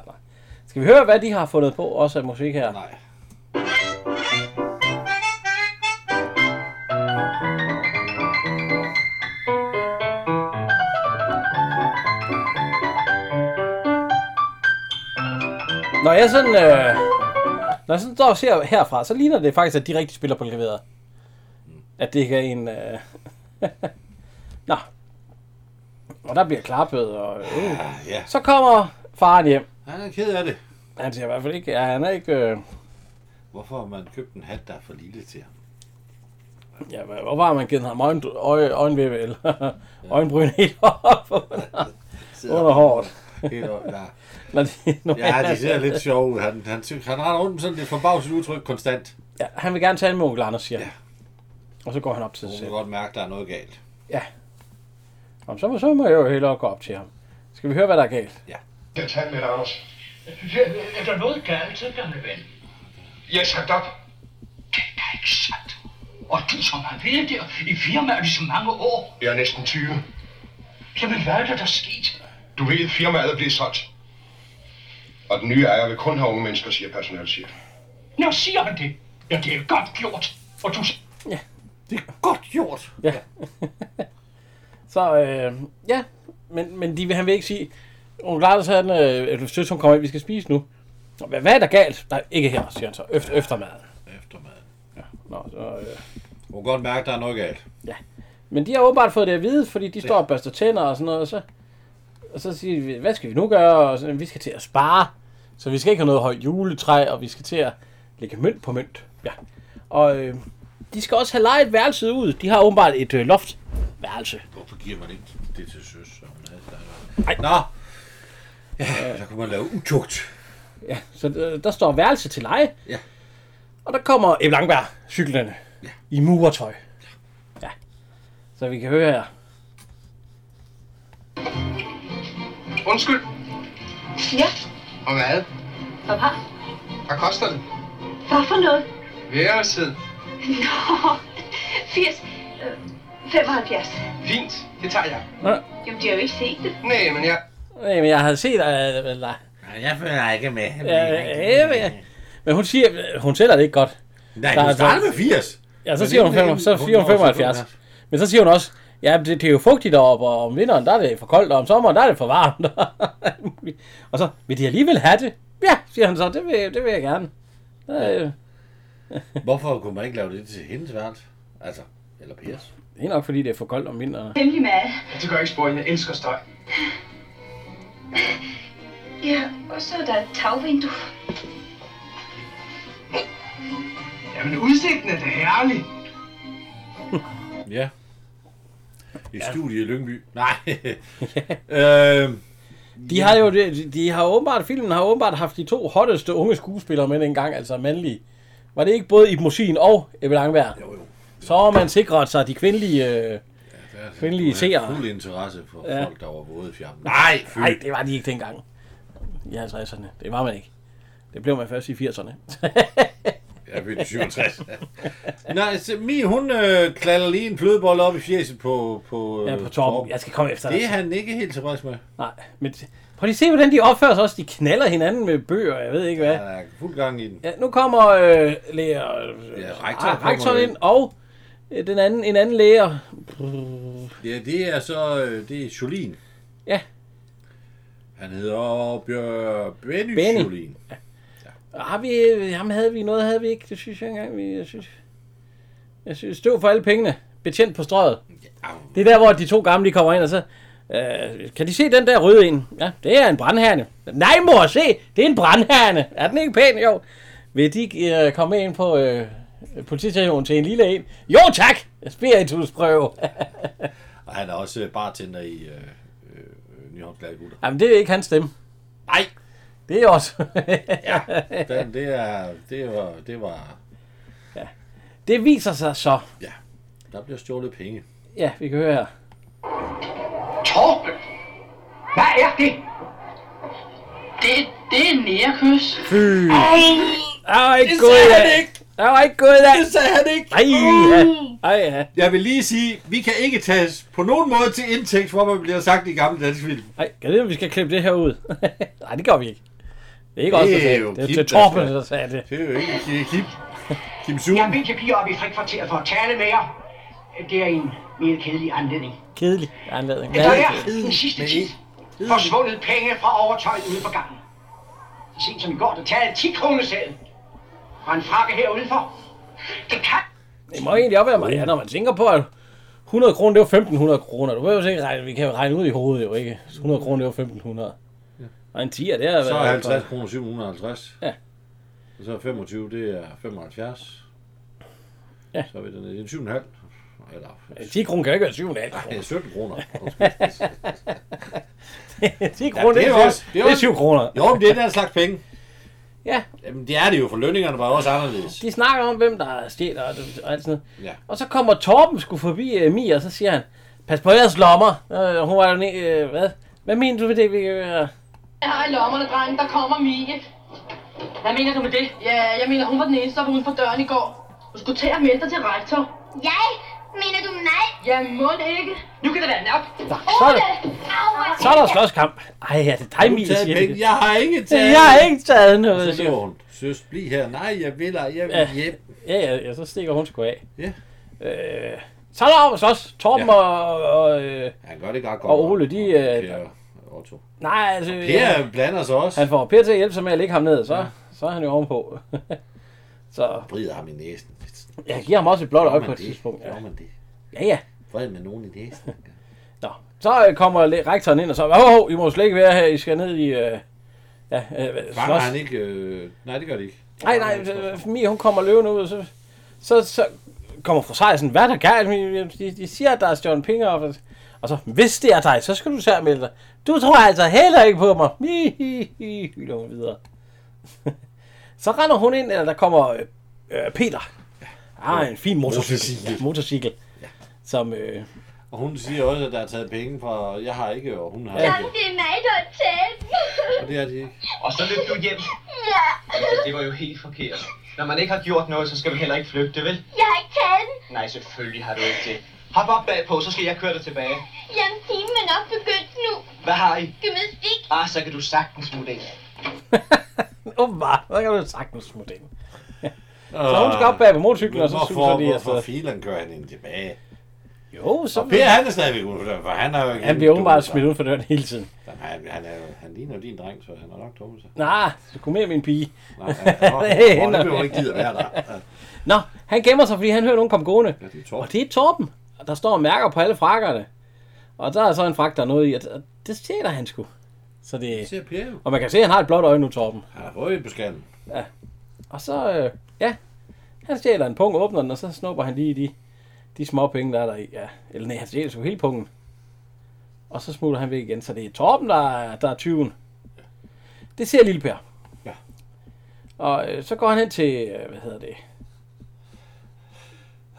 B: Skal vi høre, hvad de har fundet på, også af musik her?
C: Nej.
B: Når jeg sådan, øh, når jeg sådan står og ser herfra, så ligner det faktisk, at de rigtig spiller på klaveret. At det ikke er en... Øh... Nå. Og der bliver klappet, og... Øh.
C: Ja,
B: Så kommer faren hjem.
C: han er ked af det.
B: Han siger i hvert fald ikke... Ja, han er ikke... Øh...
C: Hvorfor har man købt en hat, der er for lille til ham?
B: Ja, hvad- hvorfor har man givet ham øjen, øje, øjenvippe eller øjenbryn helt op under, under håret?
C: Helt op, ja.
B: Når de, når
C: ja, de ser lidt sjove ud. Han, han, sy- han render rundt med sådan lidt forbavset udtryk konstant.
B: ja, han vil gerne tale med onkel Anders, siger han. Og så går han op til sig
C: Hun
B: selv.
C: kan godt mærke, at der er noget galt.
B: Ja. Jamen, så, så må jeg jo hellere gå op til ham. Skal vi høre, hvad der er galt?
J: Jeg tager med dig, Anders.
E: Ja, er der noget galt, så gamle ven?
J: Jeg er sagt op.
E: Det er da ikke sandt. Og du som har været der i firmaet i så mange år.
J: Jeg er næsten 20.
E: Jamen, hvad er der, der er sket?
J: Du ved, firmaet er blevet solgt. Og den nye ejer vil kun have unge mennesker, siger personalchef.
E: Nå, siger han det. Ja, det er godt gjort. Og du
C: Det er godt gjort.
B: Ja. så, øh, ja. Men, men de, vil- han vil ikke sige, onkel Anders, han, øh, er du sødt, hun kommer ind, vi skal spise nu. Nå, Hvad, hvad er der galt? Nej, ikke her, siger han så. Efter, eftermaden.
C: Eftermad.
B: Nå, så, øh.
C: Hun kan godt mærke, at der er noget galt.
B: Men de har åbenbart fået det at vide, fordi de står og børster tænder og sådan noget, og så, og så siger vi, hvad skal vi nu gøre? Og så, vi skal til at spare, så vi skal ikke have noget højt juletræ, og vi skal til at lægge mønt på mønt. Ja. Og øh, de skal også have lejet værelset ud. De har åbenbart et øh, loftværelse.
C: Hvorfor giver man ikke det til søs? som hun havde sagt?
B: Ej.
C: Nå! Ja, så kunne man lave utugt.
B: Ja, så øh, der står værelse til leje.
C: Ja.
B: Og der kommer Ebbe Langberg cyklerne ja. i murertøj. Ja. Så vi kan høre her.
J: Undskyld.
H: Ja,
J: Og hvad?
H: for hvad?
J: Hvad koster det?
H: Hvad for noget?
J: Værelset.
H: Nå, 80, øh, 75.
J: Fint. Det tager jeg.
B: Nå,
H: Jamen, de har jo ikke set det.
J: Nej, men jeg...
B: øh, men jeg havde set... Øh, eller,
C: Jeg føler ikke med.
B: øh, øh, øh, men hun siger, øh, hun sælger det ikke godt.
C: Nej,
B: Der
C: hun
B: er-
C: starter med 80.
B: Ja, så
C: Men
B: siger hun,
C: det er
B: 5, så
C: hun
B: siger hun
C: når også
B: 75. Men så siger hun også, ja, det, det er jo fugtigt deroppe, og om vinteren, der er det for koldt, og om sommeren, der er det for varmt. og alt muligt. og så, vil de alligevel have det? Ja, siger han så, det vil, det vil jeg gerne. Øh,
C: Hvorfor kunne man ikke lave det til hendes værelse? Altså, eller Pers?
B: Det er nok fordi, det er for koldt om vinteren.
H: Temmelig meget.
J: Det gør ikke spor, jeg elsker støj.
H: Ja, og så er der et tagvindue.
E: Jamen, udsigten er da herlig.
C: Ja. I studiet i Lyngby. Nej. øhm,
B: De har jo det, de har åbenbart, filmen har åbenbart haft de to hotteste unge skuespillere med dengang, altså mandlige. Var det ikke både Ibn Mosin og Ebbe Langberg? Jo,
C: jo.
B: Så har man sikret sig de kvindelige... Øh...
C: der er
B: Kvindelige seere.
C: Fuld interesse for
B: Ja.
C: ja. folk, der var våde i fjernen.
B: Nej,
C: fy.
B: nej, det var de ikke dengang. I 50'erne. Det var man ikke. Det blev man først i 80'erne.
C: Jeg er født i 67. Nej, så Mi, hun øh, klatter lige en flødebolle op i fjeset på, på,
B: Ja,
C: øh,
B: på Torben. Jeg altså- skal komme efter dig.
C: Det er han ikke helt tilfreds med.
B: Nej, men prøv lige at se, hvordan de opfører sig også. De knaller hinanden med bøger, jeg ved ikke hvad.
C: Han er fuld gang i den.
B: Ja, nu kommer øh, læger... Øh,
C: Ja, rektor
B: rektor
C: kommer
B: rektor
C: ind.
B: ind, og øh, den anden, en anden læger.
C: Ja, det er så, øh, det er Jolien.
B: Ja.
C: Han hedder Bjørn Benny,
B: Benny.
C: Benny. Jolien.
B: Har vi, øh, ham havde vi, noget havde vi ikke. Det synes jeg ikke engang, vi... Jeg synes, jeg synes, støv for alle pengene. Betjent på strøget. Det er der, hvor de to gamle de kommer ind, og så... Øh, kan de se den der røde en? Ja, det er en brandherne. Nej, mor, se! Det er en brandherne. Er den ikke pæn? Jo. Vil de øh, komme ind på øh, politistationen til en lille en? Jo, tak! Spiritusprøve.
C: Og han er også øh, bartender i øh, øh, Nyhavns Glade Gutter.
B: Jamen, det er ikke hans stemme.
C: Nej!
B: Det er også...
C: Ja, den, det, er, det, var, det var...
B: det viser sig så.
C: Der bliver stjålet penge.
B: Ja, vi kan høre her.
E: Torben! Hvad er det? Det, det er en nærkys.
B: Fy! Der var ikke
C: Det
B: gået af.
C: sagde han ikke.
B: Der var ikke gået af.
C: sagde han ikke! Uh.
B: Ej, ja. Ej, ja.
C: Jeg vil lige sige, vi kan ikke tages på nogen måde til indtægt, for hvad bliver sagt i gamle danske film.
B: Ej, kan det, om vi skal klippe det her ud? Nej, det gør vi ikke. Det er ikke
C: Det
B: os, der sagde
C: er jo
B: det. Det er
C: Kim,
B: til
C: der
B: Torben,
C: skal-
B: der sagde det.
C: Det er jo ikke Kim, Kim, Kim Suen.
E: Jeg vil til piger op i frikvarteret for at tale med jer. Det er en mere kedelig anledning.
B: Kedelig anledning.
E: Der
B: Ja,
E: er den sidste tid forsvundet penge fra overtøjet ude for gangen. Så sent som i går, der talte 10 kroner selv. Og en frakke herudenfor. Det kan...
B: det må egentlig opvære mig. Ja, når man tænker på, at 100 kroner, det var 1500 kroner. Du ved jo sikkert regne, vi kan jo regne ud i hovedet jo, ikke? 100 kroner, det var 1500. Og en 10'er, det er...
C: Så er
B: hvad-
C: 50 kroner 750.
B: Ja.
C: Og så er 25, det er 75.
B: Ja.
C: Så er vi dernede. Det er en 7,5. Eller,
B: 10 kroner kan jo ikke være 7,5
C: det
B: kroner.
C: er 17 kroner.
B: 10 kroner,
C: det
B: det,
C: er
B: er,
C: også- det
B: det
C: er
B: er
C: også-
B: 7 kroner.
C: jo, men det er den her slags penge.
B: Ja,
C: Jamen, det er det jo, for lønningerne var også anderledes.
B: de snakker om, hvem der stjæler og, og alt sådan noget.
C: Ja.
B: Og så kommer Torben skulle forbi uh, Mia, og så siger han, pas på jeres lommer. Øh, hun var jo ne- øh, hvad? Hvad mener du med det? Vi, øh,
H: Jeg har i lommerne, dreng. Der kommer Mie. Hvad mener du med det? Ja, jeg mener, hun var den eneste, der var uden for døren i går. Du skulle tage og melde dig til rektor.
F: Jeg? Mener du mig?
H: Ja, må det ikke. Nu kan det være nok.
B: så, er
F: Ole!
B: der,
F: Au, hvor
B: så er der slåskamp. Ej, ja, det er dig,
C: Du
B: Mia,
C: tager
B: siger
C: penge.
B: det.
C: Jeg har ikke taget.
B: Jeg har ikke taget
C: Så
B: noget.
C: siger
B: siger hun.
C: hun, søs, bliv her. Nej, jeg vil ej. Jeg
B: Ja.
C: vil hjem.
B: Ja, ja, ja, så stikker hun sgu af.
C: Ja.
B: Øh, så er der om slås. Torben
C: Ja.
B: ja. og, og øh,
C: Han gør det godt.
B: Og Ole, de, øh,
C: Per og Otto.
B: nej, altså...
C: Per blander sig også.
B: Han får Per til at hjælpe sig med at lægge ham ned, så, ja. så er han jo ovenpå. så
C: Brider ham i næsen.
B: jeg giver ham også et blåt
C: Gør
B: øje
C: man
B: på et
C: det?
B: tidspunkt.
C: Gør
B: Ja,
C: man det?
B: ja. ja.
C: Fred med nogen i næsen.
B: Nå, så øh, kommer le- rektoren ind og så, åh, oh, I må slet ikke være her, I skal ned i, øh, ja, øh, hvad-
C: Fanger
B: slås.
C: han ikke? Øh... Nej, det gør det ikke.
B: Nej, nej, øh, Mia, hun kommer løvende ud, og så, så, så kommer fru Sejersen, hvad er der galt? Mia? De, de siger, at der er John Pinger, og, og så, hvis det er dig, så skal du selv melde dig. Du tror altså heller ikke på mig. Mi, hi, hi, hylder hun videre. så render hun ind, eller der kommer øh, øh, Peter. Ah, en fin motorcykel.
C: Motorcykel.
B: Ja, motorcykel. Som, øh,
C: Og hun siger også, at der er taget penge fra... Jeg har ikke, og hun har
F: Ja,
C: ikke.
F: det er mig, der har taget den.
C: Og det er de ikke.
J: Og så løb du hjem.
F: Ja,
J: Altså, det var jo helt forkert. Når man ikke har gjort noget, så skal vi heller ikke flygte, vel?
F: jeg har ikke taget den.
J: Nej, selvfølgelig har du ikke det. Hop op bagpå, så skal jeg køre dig tilbage.
F: Jamen, timen er nok begyndt nu.
J: Hvad har I?
F: Gymnastik.
J: Ah, så kan du sagtens smutte ind.
B: åbenbart, så kan du sagtens smutte ind. Så hun skal op bag på motorcyklen, og så suser
C: hvorfor,
B: de
C: hvorfor
B: afsted.
C: filan kører han ind tilbage?
B: Jo, så
C: Og Per, han er stadigvæk ude for døren, for han er jo ikke...
B: han bliver åbenbart smidt ud for døren hele tiden.
C: Han, han, er, jo- han ligner jo din dreng, så han har nok dummet sig.
B: Nej, så kom her min pige.
C: Nej, han, han, han,
B: Det
C: han,
B: hænder.
C: han, ikke gider være der.
B: Nå, han gemmer sig, fordi han hører nogen komme gående.
C: Ja, det er
B: Og
C: Torben.
B: det er Torben. der står mærker på alle frakkerne. Og der er så en frak, der er noget i, og det- det ser han sgu. Så det,
C: ser pænt ud.
B: og man kan se, at han har et blåt øje nu, Torben.
C: Han er rød på skallen.
B: Ja. Og så, øh, ja, han stjæler en pung, åbner den, og så snupper han lige de, de små penge, der er der i. Ja. Eller nej, han stjæler sgu hele pungen. Og så smutter han væk igen, så det er Torben, der, er- der er tyven. Det ser Lille Per.
C: Ja.
B: Og øh, så går han hen til, øh, hvad hedder det,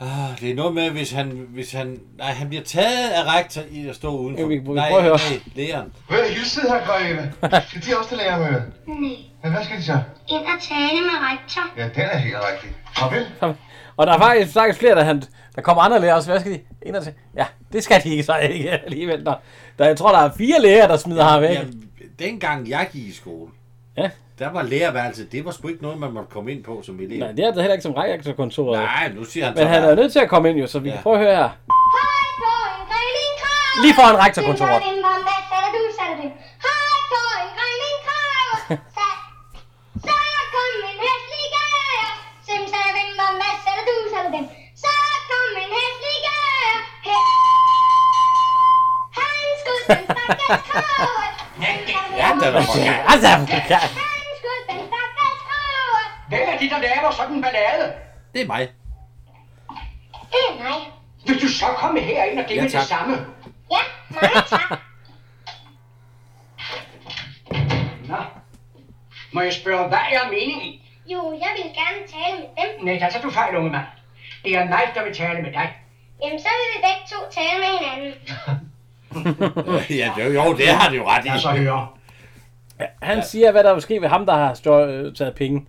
C: Ah, det er noget med, hvis han, hvis han... Nej, han bliver taget af rektor i at stå udenfor.
B: Ja, vi- vi
C: nej,
B: prøver at høre.
C: nej, læreren.
J: Hør, I kan sidde her, grevinde. Skal de også til lærermøde?
F: Nej,
J: Men hvad skal de så?
F: ind og tale med rektor.
J: Ja, den er helt rigtig. Farvel.
B: Og der er faktisk, faktisk flere, der, han, der kommer andre læger også. Hvad skal de? En og til. Ja, det skal de ikke så ikke alligevel. Der, der, jeg tror, der er fire læger, der smider ham Ah, væk.
C: Jamen, dengang jeg gik i skole,
B: Ja.
C: der var lærerværelset, det var sgu ikke noget, man måtte komme ind på som elev.
B: Nej, det er det heller ikke som rektorkontoret.
C: Nej, nu siger han
B: Men
C: så
B: han er
C: bare-
B: jo nødt til at komme ind jo, så vi ja. kan prøve at høre her.
F: Hej på en grillingkrav!
B: Lige foran rektorkontoret.
F: Bim, bam, bam, bam, satte du, satte du. Hej på en grillingkrav! Så, så kom en hæslig gær. Sim, satte bim, bam, bam, satte du, satte du. Så kom en hæslig gær. Hæ- Han skød den stakkels krav.
C: Ja, der er for
B: Ja,
C: galt.
B: altså, ja.
F: Han skød den stakkels krav.
E: Hvem er de, der laver sådan en ballade?
C: Det er mig.
F: Det er mig.
E: Vil du så komme herind og give
C: Ja,
E: ja, det
C: tak.
E: samme?
F: Ja, mange tak.
E: Nå. Må jeg spørge, hvad er meningen?
F: Jo, jeg vil gerne tale med dem.
E: Nej, der tager du fejl, unge mand. Det er mig, der vil tale med dig.
F: Jamen, så vil vi begge to tale med hinanden.
C: Øh, ja, jo, jo, det har det jo ret i.
B: Altså,
E: Lad os
J: Altså-
E: så høre.
B: Han siger, hvad der vil ske ved ham, der har stå- øh, taget penge.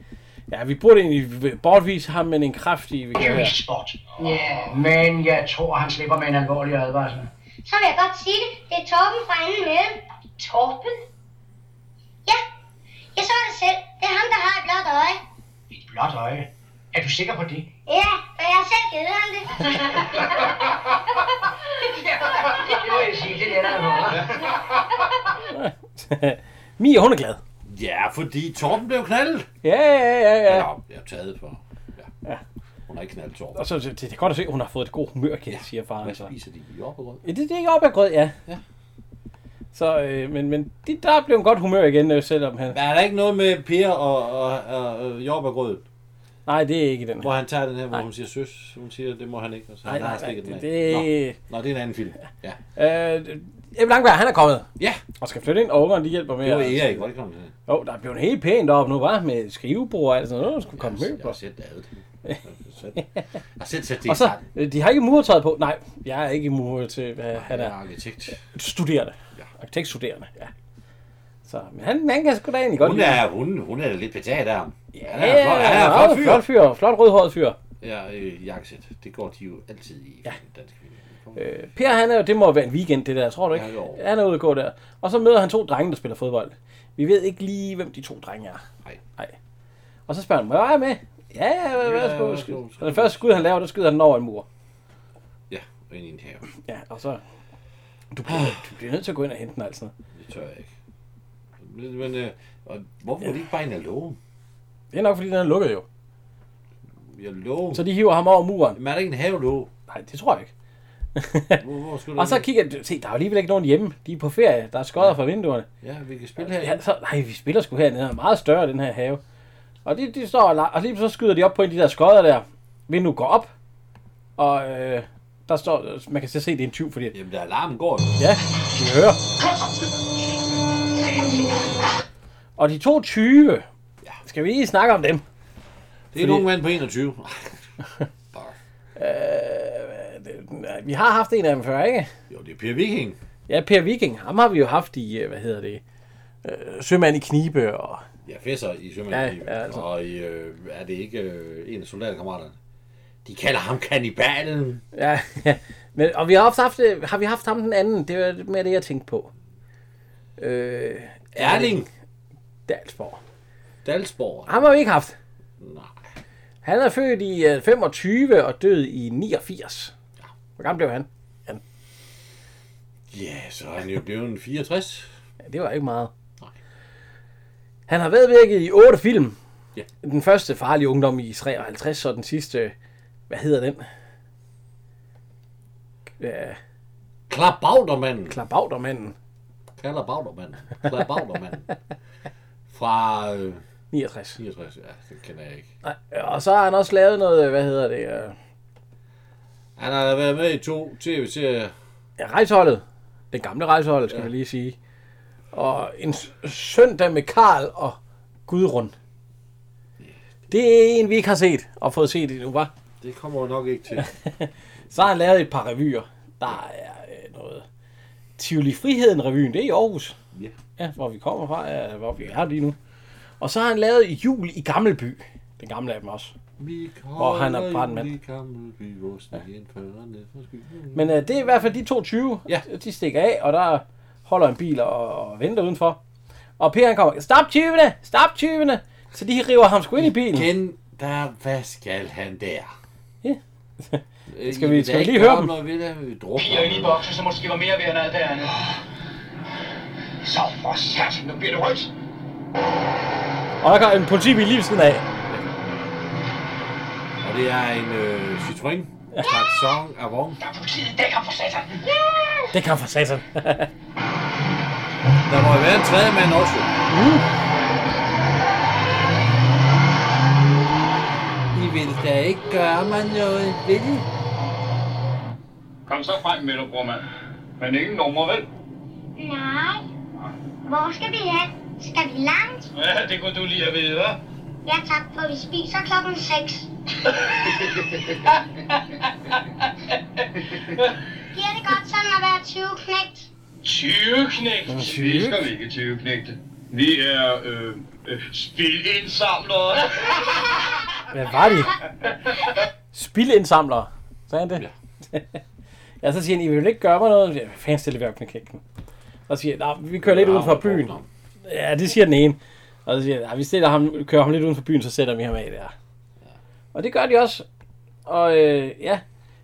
B: Ja, vi burde egentlig bortvise ham, men en kraftig, vi
E: Det
B: kan
E: er jo
B: høre.
E: ikke sport. Ja, men jeg tror, han slipper med en alvorlig advarsel.
F: Så vil jeg godt sige det. Det er Torben fra anden med. Torben? Ja, jeg så det selv. Det er ham, der har et blåt øje.
E: Et blåt øje. Er du sikker på det?
F: Ja, for jeg har selv givet ham det.
E: Det må jeg sige, det er der er
B: Mia, hun er glad.
C: Ja, fordi Torben blev knaldet.
B: Ja, ja, ja, ja.
C: Eller, jeg er taget for. Ja. Hun har ikke knaldet Torben.
B: Og så, det, det er godt at se, at hun har fået et godt humør, kan jeg sige, faren.
C: Hvad
B: Så.
C: spiser de i Jopperød?
B: Ja, det, det er ikke op ad grød, ja. ja. Så, øh, men, men de, der blev en godt humør igen, øh, selvom han...
C: Er der ikke noget med Per og, og, og, og jordbærgrød,
B: Nej, det er ikke den her.
C: hvor han tager den her, hvor hun siger søs? Hun siger, det må han ikke, og så
B: Nej,
C: han har
B: nej,
C: stikket den
B: nej,
C: af.
B: det-
C: Nå. Nå, det er en anden film. Ja,
B: Øh, Ebbe Langberg, han er kommet
C: ja
B: og skal flytte ind, og ungerne de hjælper med.
C: det var
B: at-
C: Erik. Velkommen til.
B: Åh, oh, der er blevet helt pænt deroppe nu, var Med skrivebord og alt sådan noget. Der skulle komme
C: Jeg har
B: møbler.
C: selv lavet det. Jeg har selv- Jeg har selv sat det i
B: Og så,
C: starten.
B: øh, de har ikke murtøjet på. Nej, jeg er ikke murer til, hvad han
C: Jeg er
B: er.
C: arkitekt.
B: Studerende. Arkitektstuderende, ja. Så, men han, han kan sgu da egentlig godt
C: Hun
B: lide ham.
C: er, hun, hun er lidt betaget af ham.
B: Ja,
C: han er en flot- han er en
B: meget
C: flot fyr.
B: flot fyr. Flot rødhåret fyr.
C: Ja, øh, jakkesæt. Det går de jo altid i. Ja. Dansk film.
B: Øh, Per, han er jo, det må jo være en weekend, det der, tror du ikke?
C: Ja, jo.
B: han er ude at gå der. Og så møder han to drenge, der spiller fodbold. Vi ved ikke lige, hvem de to drenge er.
C: Nej.
B: Nej. Og så spørger han, må jeg være med? Ja, ja, hvad,
C: Ja,
B: hvad skal
C: værsgo,
B: du skyde?
C: skyde.
B: Og det første skud, han laver, der skyder han den over en mur.
C: Ja, og ind i en have.
B: Ja, og så... Du bliver, du bliver nødt til at gå ind og hente den, altså.
C: Det tør jeg ikke. Men, men øh, og hvorfor ja. det ikke bare en låge?
B: Det er nok, fordi den er lukket jo.
C: Jeg låge.
B: Så de hiver ham over muren.
C: Men er der ikke en havelåge?
B: Nej, det tror jeg ikke.
C: Hvor, hvor skulle
B: og
C: der
B: så
C: være?
B: kigger jeg, se, der er jo alligevel ikke nogen hjemme. De er på ferie, der er skodder fra vinduerne.
C: Ja, vi kan spille her.
B: Ja, så, nej, vi spiller sgu hernede, den er meget større, den her have. Og de, de står og, leger, og lige så skyder de op på en af de der skodder der. Vil nu gå op, og øh, der står, man kan så se, det er en tyv, fordi
C: Jamen, der alarmen går jo.
B: ja, du kan høre. Og de to 20, skal vi lige snakke om dem?
C: Det er en ung mand på Ah, 21. Bare.
B: Øh, Vi har haft en af dem før, ikke?
C: jo, det er Per Viking.
B: Ja, Per Viking, ham har vi jo haft i, øh, hvad hedder det, øh, Sømand i Knibe og...
C: Jeg fæsser i
B: Ja,
C: Sømandkniven.
B: ja, altså.
C: Og i, øh, er det ikke øh, en af soldaterkammeraterne? De kalder ham kannibalen.
B: Ja, ja. Men, og vi har, ofte haft, øh, har vi haft ham den anden? Det var mere det, jeg tænkte på. Øh,
C: Erling
B: Dalsborg.
C: Dalsborg.
B: Ham har vi ikke haft.
C: Nej.
B: Han er født i øh, 25 og død i 89. Hvor gammel blev han?
C: Ja, så er han jo blevet en 64.
B: Ja, det var ikke meget.
C: Nej.
B: Han har medvirket i otte film.
C: Ja.
B: Den første farlige ungdom i 53, og den sidste, hvad hedder den? Ja.
C: Klabautermanden.
B: Klabautermanden.
C: Klabautermanden. Klabautermanden. Fra øh,
B: 69.
C: 64, ja, det kender jeg ikke.
B: Nej, Og så har han også lavet noget, hvad hedder det? øh,
C: Han har været med i to tv-serier.
B: Ja, rejseholdet. Den gamle rejseholdet, skal ja. vi lige sige. Og en s- søndag med Karl og Gudrun. Det er en, vi ikke har set og fået set endnu, hva'?
C: Det kommer jeg nok ikke til.
B: Så har han lavet et par revyer. Der er øh, noget... Tivoli Friheden-revyen, det er i Aarhus.
C: Ja.
B: Ja, hvor vi kommer fra, ja, hvor vi er lige nu. Og så har han lavet Jul i Gammelby. Den gamle af dem også.
C: Vi
B: Hvor han er holder brandmand. jul
C: Vi gammel, vi hvor sneen falder ned fra skyen.
B: Men øh, det er i hvert fald de 22.
C: Ja.
B: De stikker af, og der holder en bil og, og venter udenfor. Og Per han kommer, stop tyvene, stop tyvene. Så de river ham sgu ind i bilen.
C: Igen, der, hvad skal han der?
B: Ja.
C: Øh,
B: Skal
C: I
B: vi-
C: vil
B: skal vi
C: da ikke
B: lige høre
C: gøre
B: dem?
C: Noget ved det, vi drukner.
E: Piger inde i boksen, som måske var mere værd end alt det andet. Så for satan, nu bliver det rødt.
B: Og der kommer en politibil lige ved siden af.
C: Og det er en øh, Citroën. Saxon Avon.
E: Der er politiet dækker for satan.
B: Det kan for satan.
C: Der må jo være en tredje mand også.
B: Mm.
C: I vil da ikke gøre mig noget, vil I?
J: Kom så frem med dig, brormand. Men ingen nummer, vel?
F: Nej. Hvor skal vi hen? Skal vi langt?
J: Ja, det kunne du lige at vide, hva'?
F: Ja tak, for vi spiser klokken 6. Bliver det godt sådan at være 20 knægt?
J: 20 knægt. Vi skal vi ikke 20 knægte. Vi er øh, øh, spilindsamlere.
B: Hvad var det? Spildindsamlere. Sagde han det? Ja. ja, så siger han, I vil ikke gøre mig noget. Ja, hvad fanden stille være med kægten. Og siger, nej, vi kører lidt uden for byen. Ja, det siger den ene. Og så siger jeg, "Ej, vi stiller ham, kører ham lidt uden for byen, så sætter vi ham af der. Og det gør de også. Og øh, ja,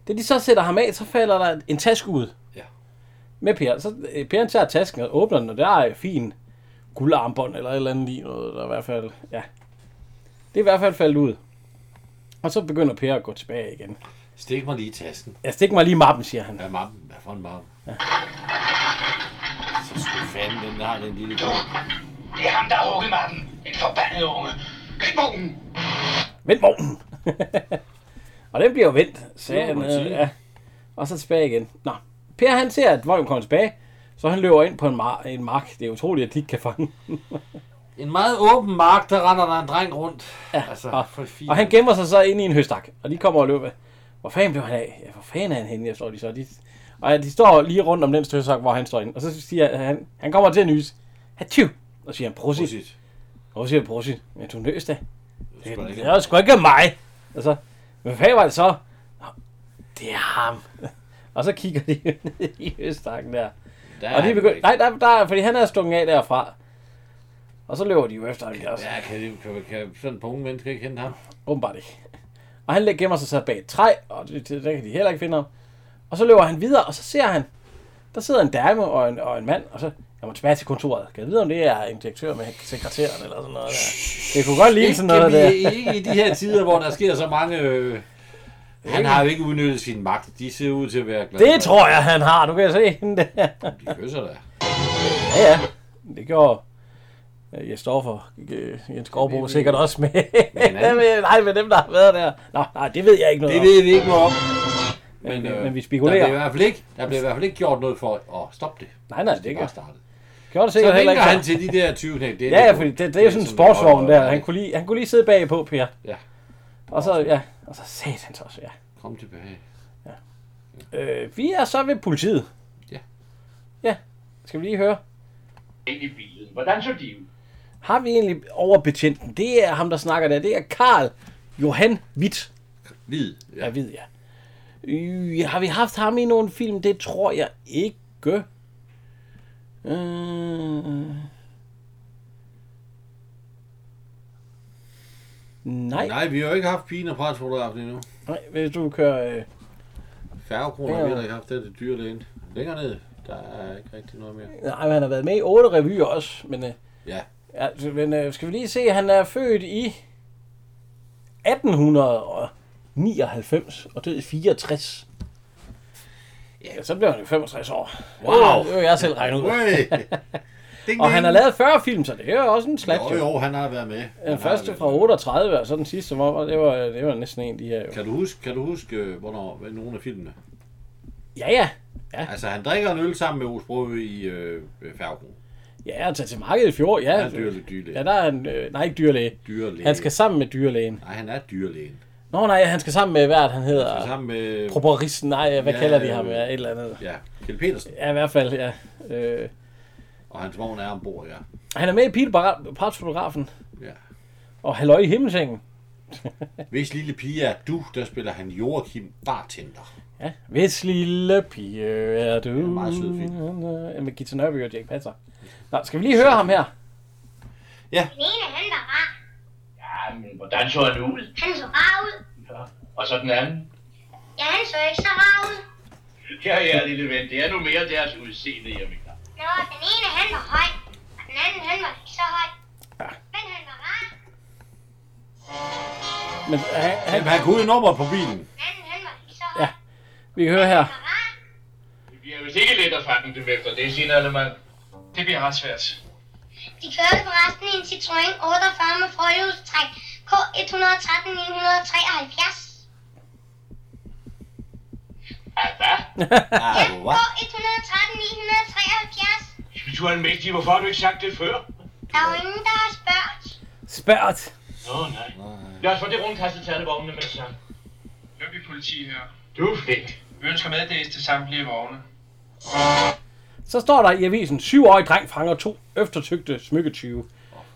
B: da de så sætter ham af, så falder der en taske ud.
C: Ja.
B: Med Per. Så øh, Per han tager tasken og åbner den, og der er fin guldarmbånd eller et eller andet i noget, der i hvert fald, ja. Det er i hvert fald faldet ud. Og så begynder Per at gå tilbage igen.
C: Stik mig lige i tasken.
B: Jeg stik mig lige i mappen, siger han.
C: Hvad er mappen? Hvad for en mappen? Så skulle fanden, den har den lille dog.
E: Det er ham, der har hugget mappen. En forbandet unge. Grib vognen.
B: Vend vognen! og den bliver jo vendt, sagde
C: Det må
B: han.
C: man sige.
B: øh, Ja. Og så tilbage igen. Nå, Per han ser, at vognen kommer tilbage, så han løber ind på en, mar- en mark. Det er utroligt, at de ikke kan fange den.
C: En meget åben mark, der render der en dreng rundt. Ja, altså,
B: og,
C: for fint.
B: og han gemmer sig så inde i en høstak, og de kommer og løber. Hvor fanden blev han af? Ja, hvor fanden er han henne? Jeg står de så. De, og ja, de står lige rundt om den høstak, hvor han står inde. Og så siger han, han kommer til at nyse. Hativ! Og siger han, prosit.
C: Prosit.
B: Og så siger Brussi, men du nøs da. Det
C: sgu da ikke
B: er jo sgu ikke mig. Og så, hvad fanden var det så? Nå, det er ham. Og så kigger de ned i høstakken der.
C: Der
B: og de
C: han
B: begynder,
C: ikke.
B: nej, der, der, fordi han er stukket af derfra. Og så løber de jo efter ham de også.
C: Ja, kan, det, kan, kan sådan en unge menneske ikke hente ham?
B: Åbenbart ikke. Og han gemmer sig så bag et træ, og det, det, der kan de heller ikke finde ham. Og så løber han videre, og så ser han, der sidder en dame og en, og en mand, og så, jeg må tilbage til kontoret. Kan jeg vide, om det er en direktør med sekretæren eller sådan noget der? Det kunne godt ligne sådan noget der.
C: Ikke, vi- ikke i de her tider, hvor der sker så mange... Øh, han har jo ikke udnyttet sin magt. De ser ud til at være glade.
B: Det tror jeg, han har. Du kan se hende der.
C: De kysser da.
B: Ja, ja. Det gjorde øh, jeg står for øh, Jens Gårdbo sikkert også med.
C: hinanden.
B: med nej, med dem, der har været der. Nå, nej, det ved jeg ikke noget
C: Det
B: om.
C: ved vi ikke noget om. Men,
B: vi-
C: øh,
B: men vi spekulerer.
C: Der blev, i hvert fald ikke, der blev i hvert fald ikke gjort noget for at stoppe det.
B: Nej, nej,
C: Hvis
B: det
C: bare
B: gør-
C: startede.
B: Gjorde det
C: Så
B: sikkert heller
C: vinker
B: ikke.
C: han til de der 20 knæk.
B: Ja, ja, fordi det, det, er jo sådan en sportsvogn der. Han kunne, lige, han kunne lige sidde bagpå, Per.
C: Ja.
B: Og så, ja, og så sagde han så også, ja.
C: Kom tilbage.
B: Øh, vi er så ved politiet.
C: Ja.
B: Ja, skal vi lige høre.
J: Ind i bilen. Hvordan så de ud?
B: Har vi egentlig overbetjenten? Det er ham, der snakker der. Det er Karl Johan Witt.
C: Hvid. Ja.
B: Jeg ved, ja. Øh, har vi haft ham i nogen film? Det tror jeg ikke. Øh... Nej.
C: Nej, vi har jo ikke haft pigen og presfotografen endnu.
B: Nej, hvis du kører... Øh...
C: Færgekroner
B: Ja.
C: har vi heller ikke haft den til dyrlægen. Længere ned, der er ikke rigtig noget mere.
B: Nej, men han har været med i otte revyer også, men... Øh...
C: Ja,
B: Ja, så- men øh, skal vi lige se, han er født i 1899 og død i 64. Ja, så bliver han jo 65 år.
C: Wow.
B: Det var jeg selv regnet ud.
C: Ui.
B: og han har lavet 40 film, så det er jo også en slat.
C: Jo, jo, han har været med. Han
B: Den
C: har
B: første
C: været
B: Øh, fra 38, og så den sidste, hvor det var, det var næsten en af de her. Jo.
C: Kan du huske, kan du huske øh, hvornår, hvad nogle af filmene?
B: Ja, ja.
C: Altså, han drikker en øl sammen med Ous Brøve i øh, Færgen.
B: Ja, at tage til markedet i fjor, ja.
C: Han er dyrlæge, dyrlæge.
B: Ja, der er han, øh, nej, ikke dyrlæge.
C: Dyrlæge.
B: Han skal sammen med dyrlægen.
C: Nej, han er dyrlægen.
B: Nå nej, han skal sammen med, hvad er det, han hedder?
C: Sammen med...
B: Proporisten, nej, hvad
C: Ja,
B: kalder de
C: øh,
B: ham? Ja, et eller andet.
C: Ja, Kjell Petersen.
B: Ja, i hvert fald, ja. Øh,
C: Og hans vogn er ombord, ja.
B: han er med i Pilpartsfotografen
C: ja.
B: og Halløj i himmelsengen.
C: Hvis lille pige er du, der spiller han Joachim Bartender.
B: Ja, hvis lille pige er du... Ja,
C: meget sød film.
B: Med Gita Nørby og Jack Passer. Nå, skal vi lige høre ham her?
F: Den ene, han var rar.
J: Ja, men hvordan så han ud?
F: Han så rar ud.
J: Og så den anden.
F: Ja, han så ikke så rar ud.
J: Ja, ja, lille ven, det er nu mere deres udseende, jeg mener.
F: Nå, den ene, han var høj. Og den anden, han var ikke så høj. Men han var rar.
B: Men han,
C: Han,
B: han,
C: han kunne jo nummer på bilen.
F: Den anden, han var ikke så høj.
B: ja, vi kan høre her.
J: Det bliver vist ikke let at fange dem efter det, signalement. Det bliver ret svært.
F: De kørte forresten i en Citroën 48 med forhjulstræk K113-973.
C: Ah, hvad?
F: K113-973.
J: Du er en mægtig, hvorfor har du ikke sagt det før?
F: Der er jo ingen, der har spørgt.
B: Spørgt.
J: Nå, nej. Lad os få det rundkastet til alle vognene med det samme.
K: Løbig politi her.
J: Du er flink.
K: Vi ønsker meddelelse til samtlige vogne.
B: Så står der i avisen, syvårig dreng fanger to eftertygte smykketyve.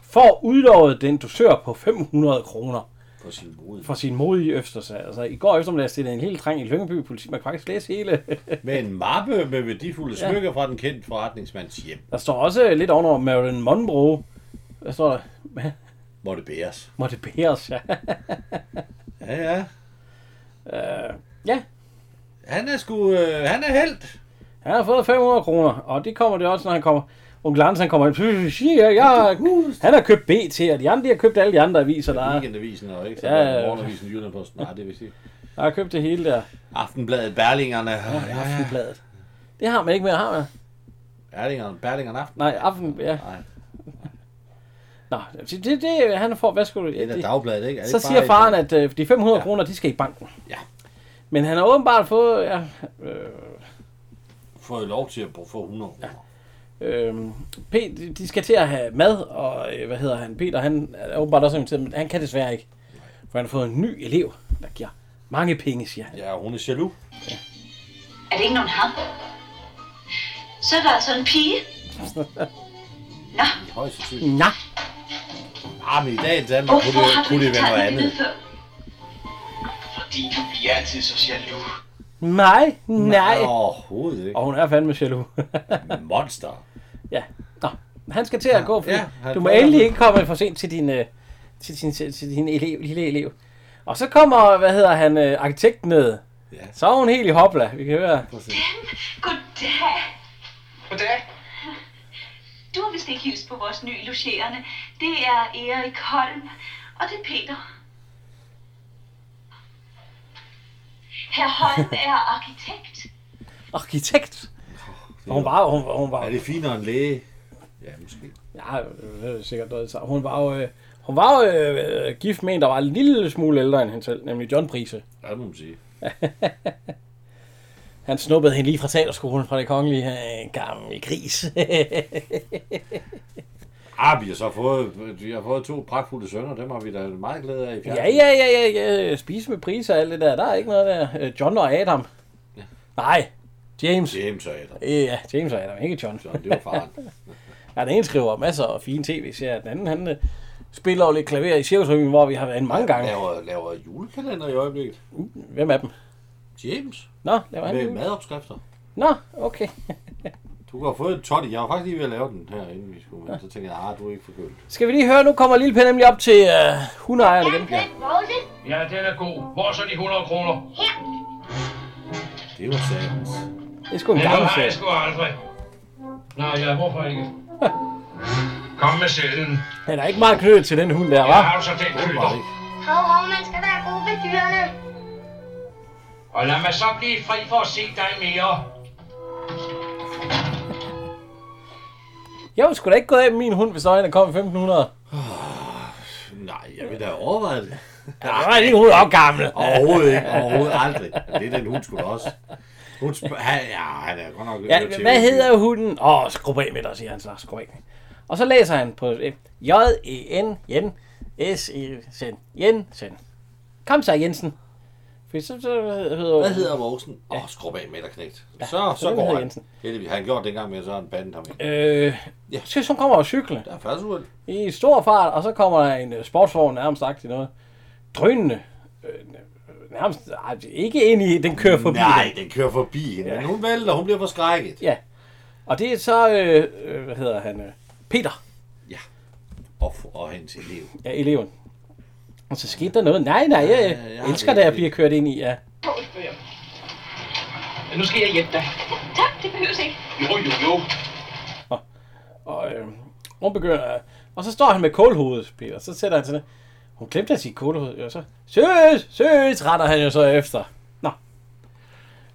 B: Får udlovet den dosør på 500 kroner
C: På sin brud.
B: for sin modige østersager. Altså, i går eftermiddag stillede en hel dreng i Lyngby politi. Man kan faktisk læse hele.
C: Med en mappe med værdifulde
B: Ja.
C: smykker fra den kendte forretningsmands hjem.
B: Der står også øh, lidt ovenover Marilyn Monroe. Der står der,
C: Må det bæres.
B: må det bæres, ja.
C: Ja, ja.
B: Øh, ja,
C: Han er sgu... Øh, han er held.
B: han har fået 500 kroner, og det kommer det også, når han kommer. Onkel Anders, han kommer ind. "Pff, ja, jeg, han har købt BT, og de andre de har købt alle de andre aviser, der
C: Der...
B: er.
C: Weekendavisen og ikke? Så
B: Ja, ja,
C: ja,
B: ja.
C: ja. Morgenavisen, Jyllandposten. Nej, det vil sige.
B: Der har købt det hele der.
C: Aftenbladet, Berlingerne. Ja, ja, ja.
B: Aftenbladet. Det har man ikke mere, har man?
C: Berlingerne, Berlingerne Aften.
B: Nej, aften, ja.
C: Nej.
B: Nå, det, det, det han får, hvad skulle du...
C: Det er da
B: det-
C: dagbladet, ikke? Er det
B: Så
C: ikke
B: siger
C: bare
B: faren,
C: et-
B: at øh, de 500
C: Ja.
B: kroner, de skal i banken.
C: Ja.
B: Men han har åbenbart fået... Ja, øh,
C: Får I lov til at få 100 kroner.
B: Øhm, P, de- de skal til at have mad, og øh, hvad hedder han? Peter, han er åbenbart også inviteret, men han kan desværre ikke. For han har fået en ny elev, der giver mange penge, siger han.
C: Ja, ja hun er jaloux.
G: Er det ikke nogen ham? Så er der altså en pige. Nå,
C: Højst sandsynligt.
B: Nå,
C: Ah, men i dag i Danmark kunne
G: hvorfor
C: det,
G: har du
C: kunne det
G: ikke
C: være noget
G: taget det
C: andet.
G: med før?
J: Fordi du bliver altid så jaloux.
B: nej, nej.
C: Overhovedet ikke.
B: Og hun er fandme jaloux.
C: Monster.
B: ja, nå. Han skal til at gå, for
C: ja, han
B: du må
C: får-
B: endelig ikke komme for sent til din, øh, til din, til, til din elev, lille elev. Og så kommer, hvad hedder han, øh, arkitekten ned.
C: Ja.
B: Så er hun helt i hopla, vi kan høre.
G: Goddag.
K: Goddag.
G: Du har vist ikke hilst på vores nye logerende. Det er Erik Holm, og det er Peter. Herr Holm er arkitekt.
B: Arkitekt. Og hun var, hun, hun var
C: Er det finere end læge? Ja, måske.
B: Ja, det er sikkert noget. Så hun var jo, øh, hun var jo øh, gift med en, der var en lille smule ældre end hende selv, nemlig John Prise.
C: Ja, det må man sige.
B: Han snuppede hende lige fra teaterskolen fra det kongelige øh, gamle gris.
C: Ah, vi har så fået, vi har fået to pragtfulde sønner. Dem har vi da meget glæde af i
B: ja, ja, ja, ja, ja. Spise med priser og alt det der. Der er ikke noget der. Øh, John og Adam. Nej, James.
C: James og Adam.
B: Øh, Ja, James og Adam, ikke John.
C: Sådan, det var faren.
B: Ja, den ene skriver masser af fine tv-serier. Den anden, han øh, spiller jo lidt klaver i cirkusrevyen, hvor vi har været en mange gange.
C: Laver, laver julekalender i øjeblikket.
B: Hvem af dem?
C: James.
B: Nå, laver han
C: Med
B: det?
C: madopskrifter.
B: Nå, okay.
C: Du har fået et tot i. Jeg var faktisk lige ved at lave den her, inden vi skulle. Men så tænkte jeg, ah, du er ikke forkølet.
B: Skal vi lige høre, nu kommer Lille Per nemlig op til øh, hundeejeren igen.
F: Den rose
K: Ja, den er god. Hvor er så de 100 kroner?
F: her.
C: Det var satans.
B: Det er sgu en
K: Det
B: gammel
K: har jeg
B: serie.
K: sgu aldrig. Nej, ja, hvorfor ikke? Kom med sæden.
B: Han er ikke meget knyttet til den hund der,
K: Jeg
B: hva'?
K: har du så den
C: Det
K: køder.
C: var ikke.
F: Hov, hov, man skal være god ved dyrene.
K: Og lad mig så blive fri for at se dig mere.
B: Jeg var sgu da ikke gået af med min hund, hvis øjnene kom 1500.
C: Nej, jeg vil da overveje det.
B: Nej, din hund er også gammel.
C: Overhovedet ikke. Overhovedet aldrig. Det er den hund skulle også. Hun spørger, han, ja, han er godt nok...
B: Ja, hvad hedder hunden? Åh, oh, skrub af med dig, siger han så. Skrub af. Og så læser han på j e n Jen s e sen Jensen. Kom så, Jensen. For så, så hedder...
C: Hvad hedder Mogensen? Åh, ja. oh, skrub af med dig, knægt. Ja, så, så,
B: den
C: går
B: hedder
C: han.
B: Jensen.
C: Heldigvis. Han gjorde det dengang med, så han bandet ham ikke.
B: Øh, ja. Så så kommer og cykle
C: Der er færdsuheld.
B: i stor fart, og så kommer der en øh, sportsvogn nærmest sagt i noget. Drønende. Øh, nærmest, ej, ikke ind i, den kører forbi.
C: Nej,
B: den.
C: den kører forbi hende. Ja. Men hun vælter, hun bliver forskrækket.
B: Ja. Og det er så, øh, øh, hvad hedder han, øh, Peter,
C: Ja. Og, for- og hendes elev.
B: ja, eleven. Og så skete der noget. Nej, nej, jeg
C: Ja,
B: ja,
C: ja,
B: elsker,
C: det-
B: da jeg bliver kørt ind i. Ja.
E: Men nu skal jeg hjælpe dig.
G: Tak, det behøves ikke.
E: Jo, jo, jo.
B: Og øh, hun begynder, og så står han med kålhovedet, Peter. Så sætter han sig ned. Hun glemte at sige kålhoved, og så søs, søs, retter han jo så efter. Nå.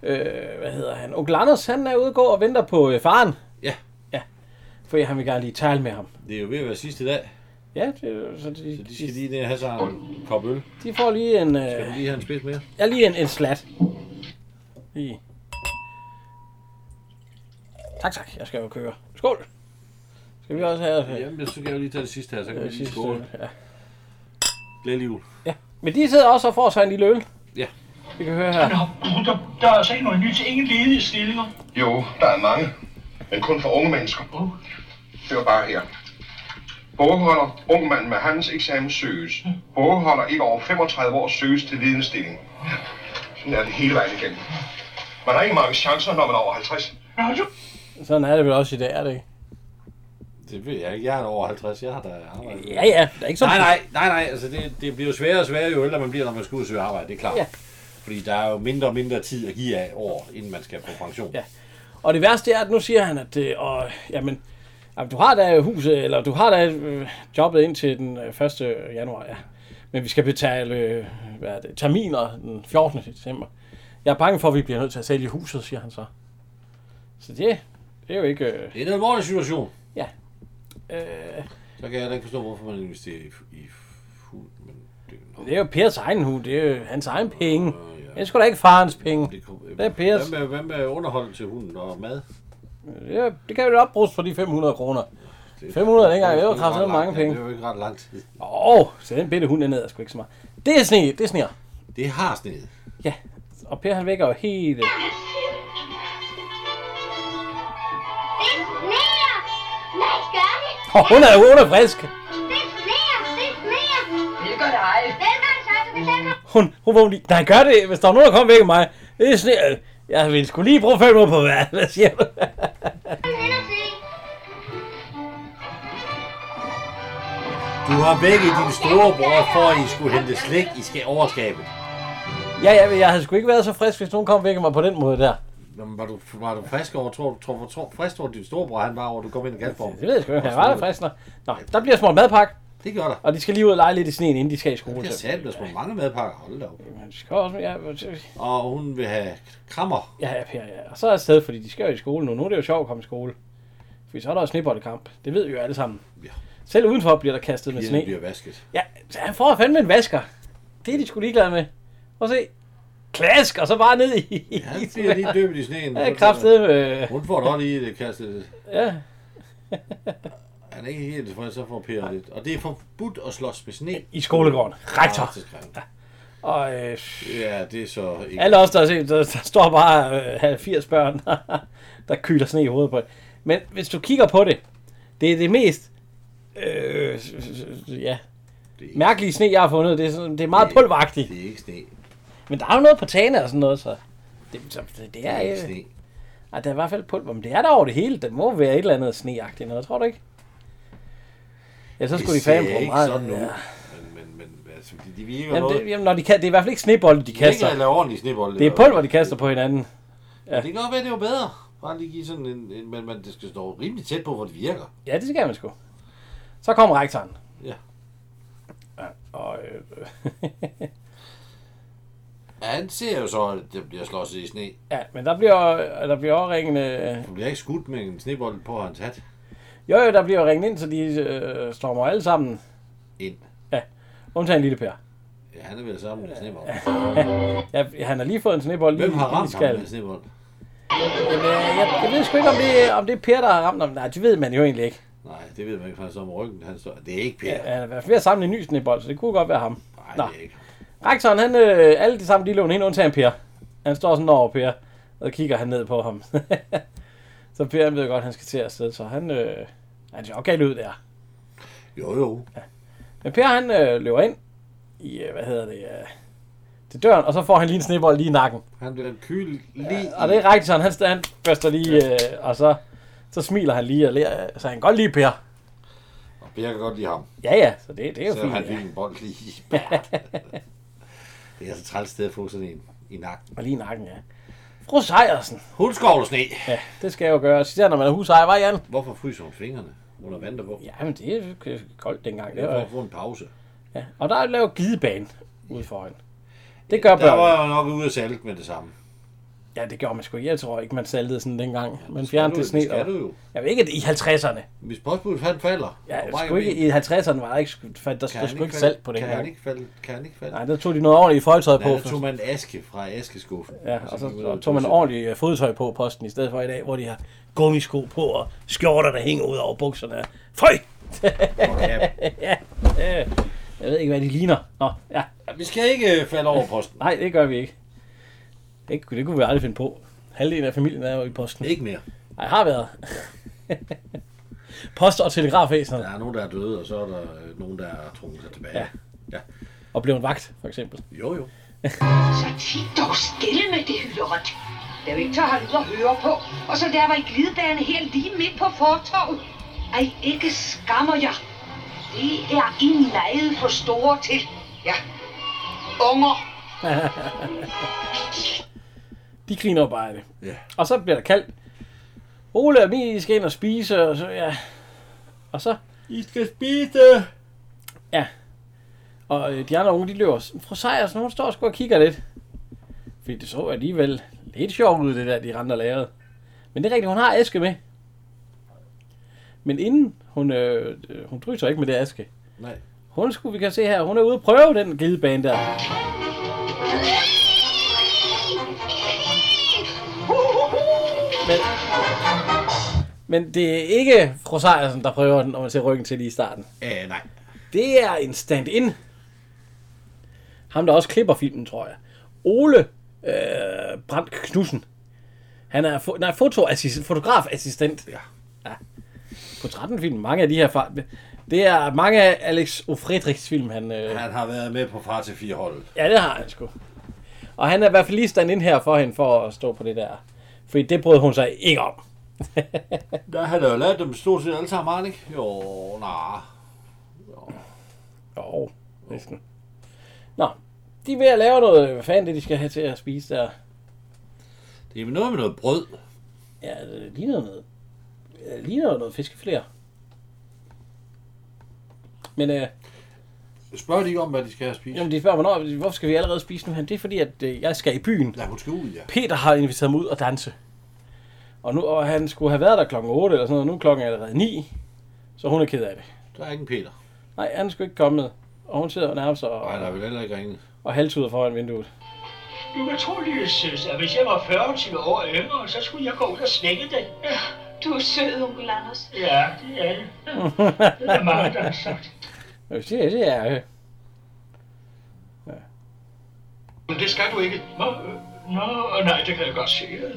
B: Øh, hvad hedder han? Onkel Anders, han er ude at gå og venter på øh, faren.
C: Ja.
B: Ja. For han vil gerne lige tale med ham.
C: Det er jo ved at være sidste dag,
B: Ja, det, så de,
C: så de skal lige ned og have sig en kop øl.
B: de får lige en...
C: Skal vi
B: Øh,
C: lige have en spids mere?
B: ja, lige en, en slat. Lige. Tak, tak. Jeg skal jo køre. Skål. Skal vi også have... Øh,
C: Jamen, så kan jeg jo lige tage det sidste her, så kan vi lige
B: sidste-
C: skåle.
B: ja.
C: Glædelig jul.
B: Men de sidder også og får sig en lille øl.
C: Ja.
B: Vi kan høre her.
K: Der, der er altså ikke noget nyt. Ingen ledige stillinger.
J: Jo, der er mange. Men kun for unge mennesker. Det var bare her. Bogholder, ung mand med hans eksamen søges. Bogholder ikke over 35 år søges til videnstilling. Sådan er det hele vejen igennem. Man har ikke mange chancer, når man er over 50.
B: Sådan er det vel også i dag, er det ikke?
C: Det ved jeg ikke. Jeg er over 50. Jeg har da arbejdet.
B: Ja, ja. Det er ikke så
C: Nej, nej, nej, nej. Altså, det, det bliver jo sværere og sværere, jo ældre man bliver, når man skal ud og søge arbejde. Det er klart.
B: Ja.
C: Ja. Fordi der er jo mindre og mindre tid at give af år, inden man skal på pension.
B: Ja. Og det værste er, at nu siger han, at øh, og, jamen, jamen, du har da huset, eller du har da øh, jobbet indtil den øh, 1. januar, ja. Men vi skal betale øh, hvad er det, terminer den 14. december. Jeg er bange for, at vi bliver nødt til at sælge huset, siger han så. Så det, det er jo ikke... Øh,
C: Det er en alvorlig situation.
B: ja. Øh,
C: Så kan jeg da ikke forstå, hvorfor man investerer i, i hund. Men det, nå,
B: det er jo Pers egen hus, det er jo hans egen penge.
C: øh, ja.
B: Det er sgu da ikke farens penge.
C: det, kom,
B: er Pers.
C: Hvad med, hvad med underhold til hunden og mad?
B: Ja, det kan vel opbruges for de 500 kroner. 500 dengang, det var
C: er
B: kraftedeme
C: ret
B: mange
C: lang-
B: penge.
C: Ja, det var ikke ret lang tid.
B: Åh, oh, så den bitte hund dernede er sgu ikke så meget. Det er sne, det er sneer.
C: Det har sneet.
B: Ja, og Per han vækker jo helt... øh,
F: Det sneer! Lad os gøre det!
B: Og hun er jo hun er frisk.
F: Det sneer! Det sneer!
H: Det gør dig.
F: Velkommen så, du kan selv komme.
B: Hun, hun vågner lige. Nej, gør det, hvis der er nogen, der kommer væk med mig. Det er sneer. Jeg vil sgu lige bruge 500 på hvad? Hvad siger du?
F: Kom hen og se.
C: Du har vækket din storebror for, at I skulle hente slik i skal overskabet.
B: ja, ja, men jeg havde sgu ikke været så frisk, hvis nogen kom væk med mig på den måde der.
C: Nå, men var du, var du frisk over, tror du, tror, tror, frisk over din storebror, han var over, du kom ind i
B: Det
C: galformen?
B: ved jeg sgu ikke. Jeg var da frisk nok. Nå, der bliver små madpakke,
C: Det gjorde der.
B: og de skal lige ud og lege lidt i sneen, inden de skal i skole.
C: Jeg sagde, der skulle mange madpakker. Hold da op.
B: Men de skal også, ja, men så-
C: Og hun vil have krammer.
B: ja, ja, Per, ja. Og så er jeg afsted, fordi de skal jo i skole nu. Nu er det jo sjovt at komme i skole. For så er der jo sneboldekamp. Det ved vi jo alle sammen.
C: Ja.
B: Selv udenfor bliver der kastet med
C: Pigerne
B: sne.
C: bliver vasket.
B: Ja, så han får fandme en vasker. Det er de sgu ligeglade med. Prøv at se. Klask, og så bare ned i... Ja,
C: Han bliver lige døbt i sneen.
B: Ja, kraftedeme, øh,
C: Hun får da lige det kastet.
B: ja.
C: Han er ikke helt tilfreds, så får Per lidt. Og det er forbudt at slås med sne.
B: I skolegården. Rektor.
C: Ah, det skal han.
B: Og øh,
C: Ja, det er så ikke...
B: alle os, der, har set, der, der står bare øh, 80 børn, der kyler sne i hovedet på det. Men hvis du kigger på det, det er det mest... Øh, ja.
C: Det er,
B: Mærkelige sne, jeg har fundet. Det er, sådan, det er meget pulveragtigt.
C: det er ikke sne.
B: Men der er jo noget på tagene og sådan noget, så... Det, så, det, det
C: Det
B: er...
C: er ikke
B: Øh,
C: sne.
B: Ej, der er i hvert fald pulver, men det er der over det hele. Det må være et eller andet sneagtigt noget, tror du ikke? Ja, så skulle de fanden bruge meget.
C: Det ser ikke sådan ud.
B: ja.
C: Men, men, men altså, de, de virker
B: Jamen,
C: noget...
B: det, jamen, når de kan, det er i hvert fald ikke snebolde, de kaster.
C: Det er ordentligt snebolde.
B: Det er pulver, de kaster på hinanden.
C: Ja. Det kan godt være, det var bedre. Bare lige give sådan en, en men, men det skal stå rimelig tæt på, hvor det virker.
B: Ja, det skal man sgu. Så kom rektoren.
C: Ja.
B: Ja, og, øh,
C: Ja, han ser jo så, at det bliver slået i sne.
B: ja, men der bliver, der bliver overringende...
C: Han bliver ikke skudt med en snebold på hans hat.
B: Jo, jo, der bliver jo ringet ind, så de øh, strømmer alle sammen.
C: Ind?
B: Ja, undtagen lille Per.
C: Ja, han er ved sammen med snebold.
B: ja, han har lige fået en snebold.
C: Hvem
B: lige-
C: har
B: lige
C: ramt
B: skal.
C: ham altså? med snebold?
B: Men, øh, jeg, jeg ved sgu ikke, om det, om det er Per, der har ramt ham. Nej, det ved man jo egentlig ikke.
C: Nej, det ved man ikke, for han står med ryggen. Han står... Det er ikke Per.
B: Ja. Han er i hvert fald ved at samle en ny snebold, så det kunne godt være ham.
C: Nej, det er ikke.
B: Rektoren, han, øh, alle de samme, de låner hende undtagen Per. Han står sådan over Per, og kigger han ned på ham. så Per han ved godt, han skal til afsted, så han, øh, han ser okay ud der.
C: Jo, jo.
B: Men Per han øh, løber ind i, øh, hvad hedder det, øh, til døren, og så får han lige en snebold lige i nakken.
C: Han bliver kyl lige...
B: Ja, og det er rektoren, han, han børster lige, øh, og så, så smiler han lige, og lærer, så han kan godt lide Per.
C: Og Per kan godt lide ham.
B: Ja, ja, så det, det er jo
C: så
B: fint.
C: han
B: ja.
C: lige en bold lige i. det er altså et træls sted at få sådan en i nakken.
B: Og lige i nakken, ja. Fru Sejersen.
C: Hun skovler sne.
B: Ja, det skal jeg jo gøre. Især når man er husejer, var Jan?
C: Hvorfor fryser hun fingrene under vand på?
B: Ja, men det er jo koldt dengang.
C: Det
B: Det
C: er for at
B: var,
C: få en pause.
B: ja. Og der er lavet gidebane ude foran. Det gør
C: Der
B: børn.
C: var jeg nok ude at salte med det samme.
B: Ja, det gjorde man sgu. ikke. Jeg tror ikke, man saltede sådan dengang. Man fjernede
C: du-
B: det sne.
C: det skal
B: og-
C: du jo.
B: Jeg ved ikke, at i 50'erne.
C: Hvis postbuddet han falder,
B: Ja,
C: og mig
B: sgu
C: og
B: ikke,
C: min,
B: i 50'erne var der ikke, der
C: kan
B: stod
C: han
B: sgu ikke
C: falde-
B: salt på den
C: Kan han
B: gang.
C: ikke falde? Kan han ikke falde?
B: Nej, der tog de noget ordentligt fodtøj på.
C: Nej, der
B: først.
C: tog man aske fra askeskuffen.
B: Ja, og så,
C: gik ud
B: så
C: af
B: tog man
C: huset.
B: ordentligt øh, fodtøj på posten, i stedet for i dag, hvor de har gummisko på og skjorter, der hænger ud over bukserne. Føj! ja. øh, Jeg ved ikke, hvad de ligner. Nå, ja.
C: Vi skal ikke øh, falde over posten.
B: Nej, det gør vi ikke. Det, kunne- det kunne vi aldrig finde på. Halvdelen af familien er jo i posten.
C: Ikke mere.
B: Nej, har været. Post- og telegrafvæsenet.
C: Der er nogen, der er døde, og så er der øh, nogen, der er trukket sig tilbage.
B: Ja.
C: ja.
B: Og blev en vagt, for eksempel.
C: Jo, jo.
H: Så tit dog stille med det hylderot. Jeg vil ikke tør holde ud og høre på. Og så der var I glidebane her lige midt på fortorvet. Ej, ikke skammer jer. Det er I lejet for store til. Ja. Unger.
B: De griner jo bare af det.
C: Ja.
B: Og så bliver der kaldt. Ole og Mie, I skal ind og spise, og så, ja. Og så,
C: I skal spise!
B: ja. Og øh, de andre unge, de løber. Fru Sejersen, hun står sgu og kigger lidt. Fordi det så alligevel lidt sjovt ud, det der, de render og lavede. Men det er rigtigt, hun har aske med. Men inden, hun, øh, øh, hun dryser ikke med det aske.
C: Nej.
B: Hun skulle, vi kan se her, hun er ude at prøve den glidebane der. Men, men det er ikke fru Sejersen, der prøver den, når man ser ryggen til lige i starten.
C: Æh, nej.
B: Det er en stand-in. Ham, der også klipper filmen, tror jeg. Ole øh, Brandt Knudsen. Han er fo- nej, fotoassistent, fotografassistent.
C: Ja.
B: ja. På 13 film, mange af de her... Far- det er mange af Alex Ofredrichs film, han... Øh,
C: Han har været med på far til fire hold.
B: Ja, det har han sgu. Og han er i hvert fald lige stand ind her for hende, for at stå på det der. Fordi det brød hun sig ikke om.
C: Der har der jo lavet dem stort set alle sammen, har han ikke? Jo, nej.
B: Jo, næsten. Nå, de er ved at lave noget, hvad fanden det, de skal have til at spise der.
C: Det er noget med noget brød.
B: Ja, det ligner noget. Det ligner noget fiskefiléer. Men øh,
C: Spørg de ikke om, hvad de skal have at spise.
B: jamen, de spørger, hvornår, hvorfor skal vi allerede spise nu her? Det er fordi, at øh, jeg skal i byen.
C: Ja, hun skal ud, ja.
B: Peter har inviteret mig ud og danse. Og, nu, og han skulle have været der klokken 8 eller sådan noget, nu er klokken allerede 9. Så hun er ked af det.
C: Der er ingen Peter.
B: Nej, han skulle ikke komme med. Og hun sidder nærmest
C: Og han
B: og,
C: har vel heller ikke ringet.
B: og halvtuder foran vinduet.
E: Du kan tro, lille søs, at hvis jeg var 40 timer år yngre, så skulle jeg gå ud og slække den.
G: Du er sød, onkel Anders.
E: Ja, det er det. Det er mange, der har sagt.
B: Jeg siger, det er... øh,
E: Men det skal du ikke. Nå, øh, nå nej, det kan jeg godt se.
D: Jo,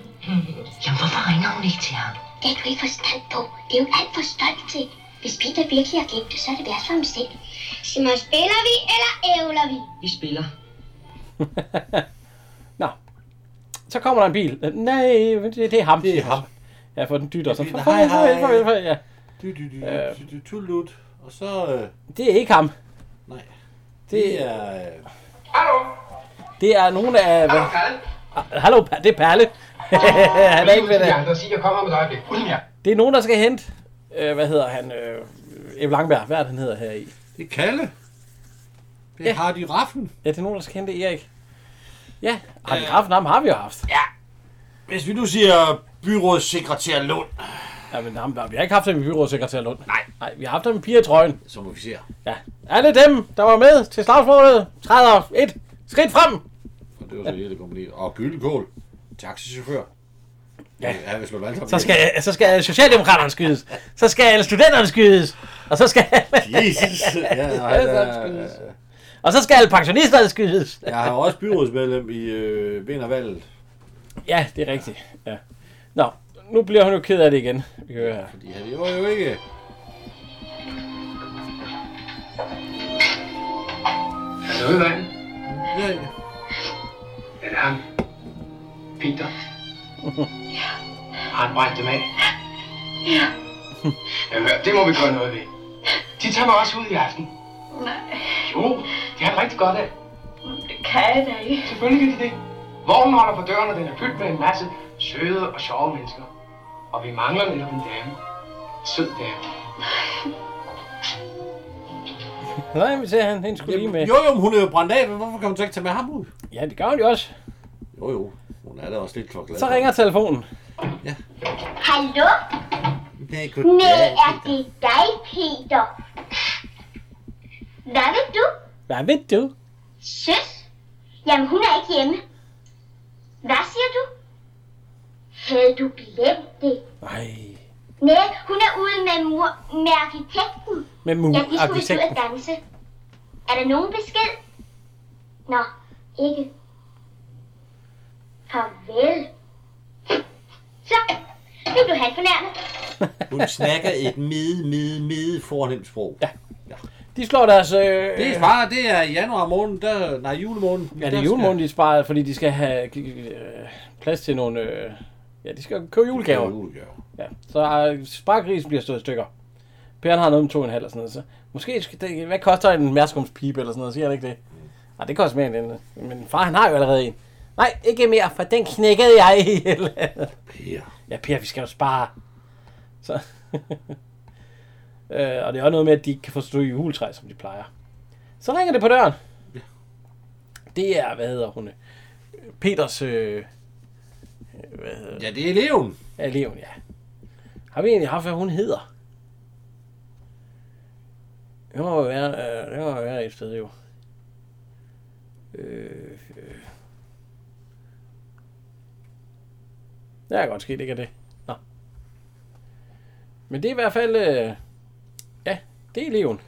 D: hvorfor ringer hun ikke til ham?
F: Det er du ikke forstand på. Det er jo alt for stolt til. Hvis Peter virkelig har glemt det, så er det værst for ham selv. Sig mig, spiller vi eller ævler vi?
H: Vi spiller.
B: Nå. Så kommer der en bil. Øh, Nej, det, det er ham.
C: Det er ham.
B: Ja, for den dytter sådan.
C: Det er
B: Farvel,
C: bilen. Hej, hej.
B: farvel, farvel, farvel. Ja.
C: Du, du, du, du, du, tullut. Og så, øh,
B: Det er ikke ham.
C: nej.
B: Det
C: Det
B: er,
C: er... Øh,
E: Hallo?
B: det er nogen af...
E: Hallo,
B: Hvad?
E: Kalle?
B: Ah, Hallo, Pa- det er Perle. han er ikke ved det.
E: andre siger, jeg kommer om et øjeblik. Uden jer.
B: Det er nogen, der skal hente... Øh, hvad hedder han? Øh, Ebbe Langberg. Hvad er det, han hedder her i?
C: det er Kalle. Det
B: Ja.
C: ja. har de raffen.
B: Ja, det er nogen, der skal hente Erik. Ja, har de haft ham? Har vi jo haft.
C: Hvis vi nu siger byrådssekretær Lund,
B: Ja, men nej, vi har ikke haft ham i byrådssekretær Lund.
C: Nej.
B: Nej, vi har haft ham i piger i trøjen.
C: Som officer.
B: Ja. Alle dem, der var med til slagsmålet, træder et skridt frem.
C: Og det var så hele kompaniet. Og Gyldenkål, taxichauffør.
B: Ja.
C: ja hvis man valgte ham
B: Så skal, øh, så skal Socialdemokraterne skydes. Så skal studenterne skydes. Og så skal...
C: Jesus. Ja, og han er,
B: Og så skal alle pensionisterne skydes.
C: jeg har også byrådsmedlem i øh, Vindervalget.
B: Ja, det er rigtigt. Ja. Nå, nu bliver hun jo ked af det igen. Vi hører her.
C: Fordi han var jo ikke...
J: Er det ude vand?
C: Ja,
J: Er det ham? Peter? Har han brændt dem af?
G: Ja.
J: Jamen, hør, det må vi gøre noget ved. De tager mig også ud i aften.
G: Nej,
J: Jo, det har han rigtig godt af.
G: det kan jeg da ikke.
J: Selvfølgelig kan de det. Vognen holder på døren, og den er fyldt med en masse søde og sjove mennesker. Og vi mangler netop en dame. Sød dame.
B: Nej, men ser han, hende skulle lige med.
C: Jo, jo, men hun er jo brændt af, men hvorfor kan hun så ikke tage med ham ud?
B: Ja, det gør hun jo også.
C: Jo, jo. Hun er da også lidt for glad.
B: Så ringer telefonen.
F: Hallo?
C: Nej,
F: Nej, er det dig, Peter? Hvad vil du?
B: Hvad ved du?
F: Søs? Jamen, hun er ikke hjemme. Hvad siger du? Havde du glemt det?
B: Nej.
F: Nej, hun er ude med, mur- med arkitekten.
B: Med mu-
F: ja, de skulle vist ud
B: arkitekten.
F: og danse. Er der nogen besked? Nå, ikke. Farvel. Så, nu blev han fornærmet.
C: Hun snakker et med, med, med fornemt sprog. Ja.
B: De slår deres... Øh,
C: Det er bare, det er januar måned, der, nej, julemåned.
B: Ja, det er julemåned, de sparer, fordi de skal have øh, plads til nogle... Øh, ja, de skal købe julegaver.
C: Julegaver.
B: Ja, så øh, sparkrisen bliver stået i stykker. Pæren har noget om to og en halv og sådan noget. Så måske, skal det, hvad koster en mærskumspibe eller sådan noget, siger han ikke det? Nej, det koster mere end den. Men far, han har jo allerede en. Nej, ikke mere, for den knækkede jeg i et eller andet.
C: Per.
B: Ja, Per, vi skal jo spare. Så. øh, og det er også noget med, at de ikke kan forstå juletræ, som de plejer. Så ringer det på døren. Det er, hvad hedder hun? øh, Peters... Øh, øh, hvad hedder
C: Ja, det er eleven.
B: Ja, eleven, ja. Har vi egentlig haft, hvad hun hedder? Det må jo være, øh, det må jo være et sted, jo. Øh, øh. Det er godt sket, ikke er det? Nå. Men det er i hvert fald, øh, ja, det er eleven.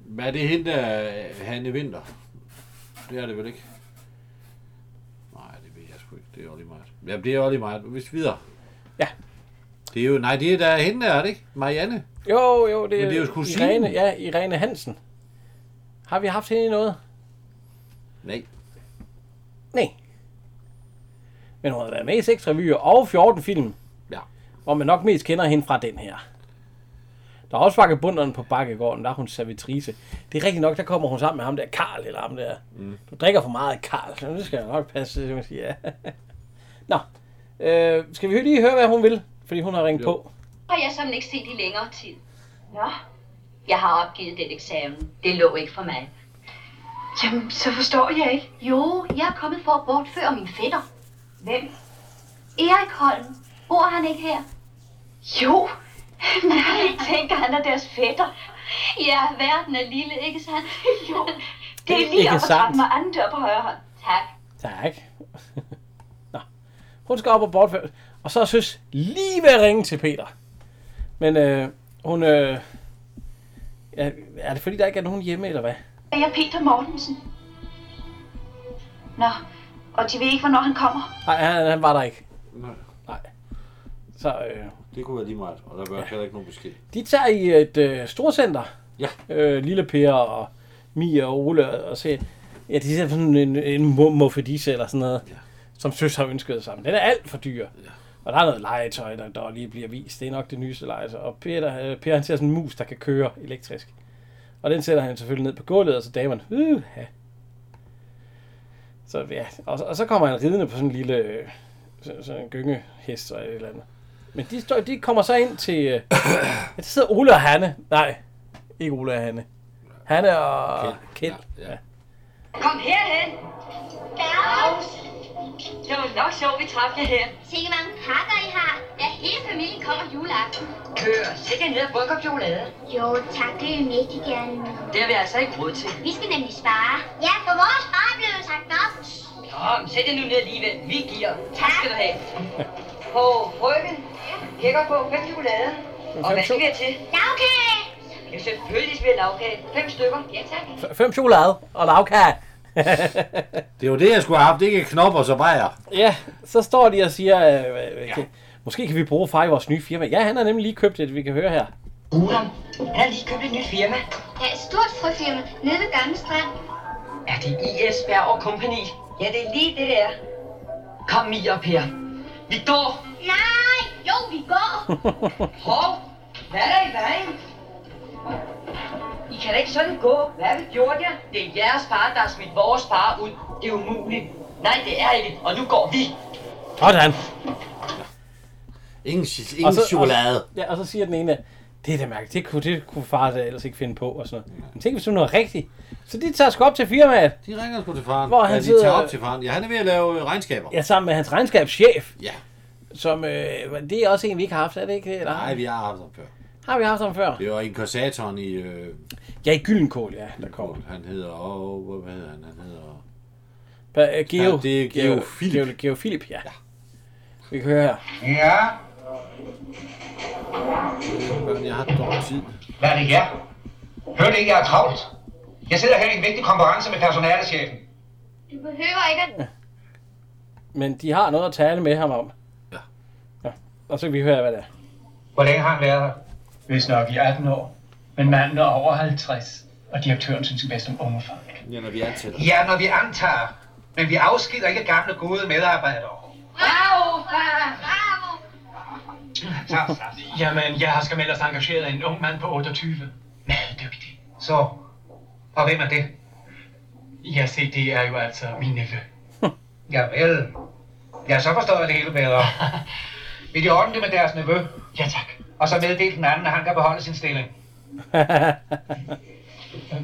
C: Hvad er det hende, der er Hanne Vinter? Det er det vel ikke? Nej, det ved jeg sgu ikke. Det er Olli Meijer. Ja, det er Olli Meijer. Hvis videre.
B: Ja.
C: Det er jo, nej, det er der hende der, er det ikke? Marianne.
B: Jo, jo, det,
C: Men det er jo kusinen.
B: Irene, ja, Irene Hansen. Har vi haft hende i noget?
C: Nej.
B: Nej. Men hun har været med i 6 revyer og 14 film.
C: Ja.
B: Hvor man nok mest kender hende fra den her. Der er også vagabunderne på Bakkegården, der er hun servitrice. Det er rigtigt nok, der kommer hun sammen med ham der, Karl eller ham der. Mm. Du drikker for meget, Karl. Så det skal jeg nok passe, til, som jeg siger. Nå, øh, skal vi lige høre, hvad hun vil? Fordi hun har ringet
G: Jo.
B: på.
G: Har jeg som ikke set i længere tid. Nå, jeg har opgivet den eksamen. Det lå ikke for mig.
H: Jamen, så forstår jeg ikke.
G: Jo, jeg er kommet for at bortføre min fætter.
H: Hvem?
G: Erik Holm. Bor han ikke her?
H: Jo.
G: Nej, tænker han er deres fætter. Ja, verden er lille, ikke sandt? Jo,
H: Det er lige
B: Ikke
H: op ad
B: sandt.
H: trappen og anden dør på højre hånd.
G: tak.
B: Tak. Nå. Hun skal op og bortføre. Og så er søs lige ved at ringe til Peter. Men øh, hun... Øh, ja, er det fordi, der ikke er nogen hjemme, eller hvad?
H: Er jeg Peter Mortensen? Nå, og de ved ikke, hvornår han kommer.
B: Nej, han, han var der ikke.
C: Nej.
B: Nej. Så øh,
C: Det kunne være lige meget, og der var heller ikke nogen besked.
B: de tager i et øh, storcenter.
C: Ja.
B: Øh, Lille Per og Mia og Ole og se. Ja, de ser sådan en, en mu- muffedisse eller sådan noget, ja. som søs har ønsket sig. Men den er alt for dyr. Ja. Og der er noget legetøj, der, der lige bliver vist. Det er nok det nyeste legetøj. Og Peter, øh, per han ser sådan en mus, der kan køre elektrisk. Og den sætter han selvfølgelig ned på gulvet, og så damerne, uh, ja. Så ja, og, så- og så kommer han ridende på sådan en lille, øh, sådan sådan en gyngehest eller et eller andet. Men de, står, de kommer så ind til, øh, ja, der sidder Ole og Hanne. Nej, ikke Ole og Hanne. Hanne og Kjeld. Ja, ja.
H: Kom herhen.
F: Dags.
L: Det var nok sjovt, vi træffede jer her.
F: Sikke mange pakker, I har. Ja, hele familien kommer juleaften.
G: Kør, sikkert ned og brygge op chokolade.
F: Jo, tak. Det vil vi mægtig gerne.
G: Det har vi altså ikke råd til.
F: Vi skal nemlig spare. Ja, for vores far blev sagt op.
G: Nå, men sæt jer nu ned alligevel. Vi giver. Tak skal du have. På bryggen. Hækker på fem chokolade. Og hvad skal vi have til?
F: Lavkage!
G: Ja, selvfølgelig skal vi have lavkage. Fem stykker. Ja, tak.
B: Fem chokolade og lavkage.
C: det var det, jeg skulle have haft. Ikke knopper, så bajer.
B: Ja, så står de og siger, øh, øh, ja. måske kan vi bruge far i vores nye firma. Ja, han har nemlig lige købt et, vi kan høre her.
G: Ulam, han har lige købt et nyt firma.
F: Ja, et stort frøfirma nede ved Gamle Strand.
G: Er det IS Bær og Kompani? Ja, det er lige det der. Kom i op her. Vi går.
F: Nej, jo, vi går.
G: Hov, hvad er der i vejen? I kan da ikke sådan gå. Hvad har vi gjort jer? Det er jeres far, der har smidt vores far ud. Det er umuligt. Nej, det er ikke. Og nu går vi.
B: Sådan.
C: Ingen, ingen og så, chokolade.
B: Og, ja, og så siger den ene, det er da mærkeligt, det kunne, det kunne far da ellers ikke finde på. Og sådan noget. Men tænk, hvis du er noget rigtigt. Så de tager sgu op til firmaet.
C: De ringer sgu til faren. Hvor han ja, de sidder, tager op til faren. Ja, han er ved at lave regnskaber.
B: Ja, sammen med hans regnskabschef.
C: Ja.
B: Som, øh, det er også en, vi ikke har haft, er det ikke det?
C: Eller? Nej, vi har haft ham før.
B: Har vi haft ham før?
C: Det var inkassatoren i... Øh...
B: Ja, i Gyldenkål, ja, der kommer.
C: Han hedder... Åh, oh, hvad hedder han? Han hedder...
B: Ba, uh, Geo,
C: ja, det er Geo, Geo Philip.
B: Geo, Geo Philip, ja. ja. Vi kan høre her.
E: Ja.
C: Børn, jeg har dårlig tid.
E: Hvad er det her? Hør det ikke, jeg er travlt. Jeg sidder her i en vigtig konference med personalechefen.
F: Du behøver ikke at... Ja.
B: Men de har noget at tale med ham om.
C: Ja.
B: ja. Og så kan vi høre, hvad det er.
E: Hvor længe har han været her?
M: hvis nok i 18 år, men manden er over 50, og direktøren synes bedst om unge folk.
C: Ja, når vi antager.
E: Ja, når vi antager, men vi afskeder ikke gamle gode medarbejdere.
F: Bravo, far! Bravo!
E: Så, så.
M: Jamen, jeg har skam ellers engageret af en ung mand på 28. Meget dygtig.
E: Så, og hvem er det?
M: Ja, se, det er jo altså min nevø.
E: ja, vel. Ja, så forstår jeg det hele bedre. Vil de ordne det med deres nevø?
M: Ja, tak.
E: Og så meddel den anden, at han kan beholde sin stilling.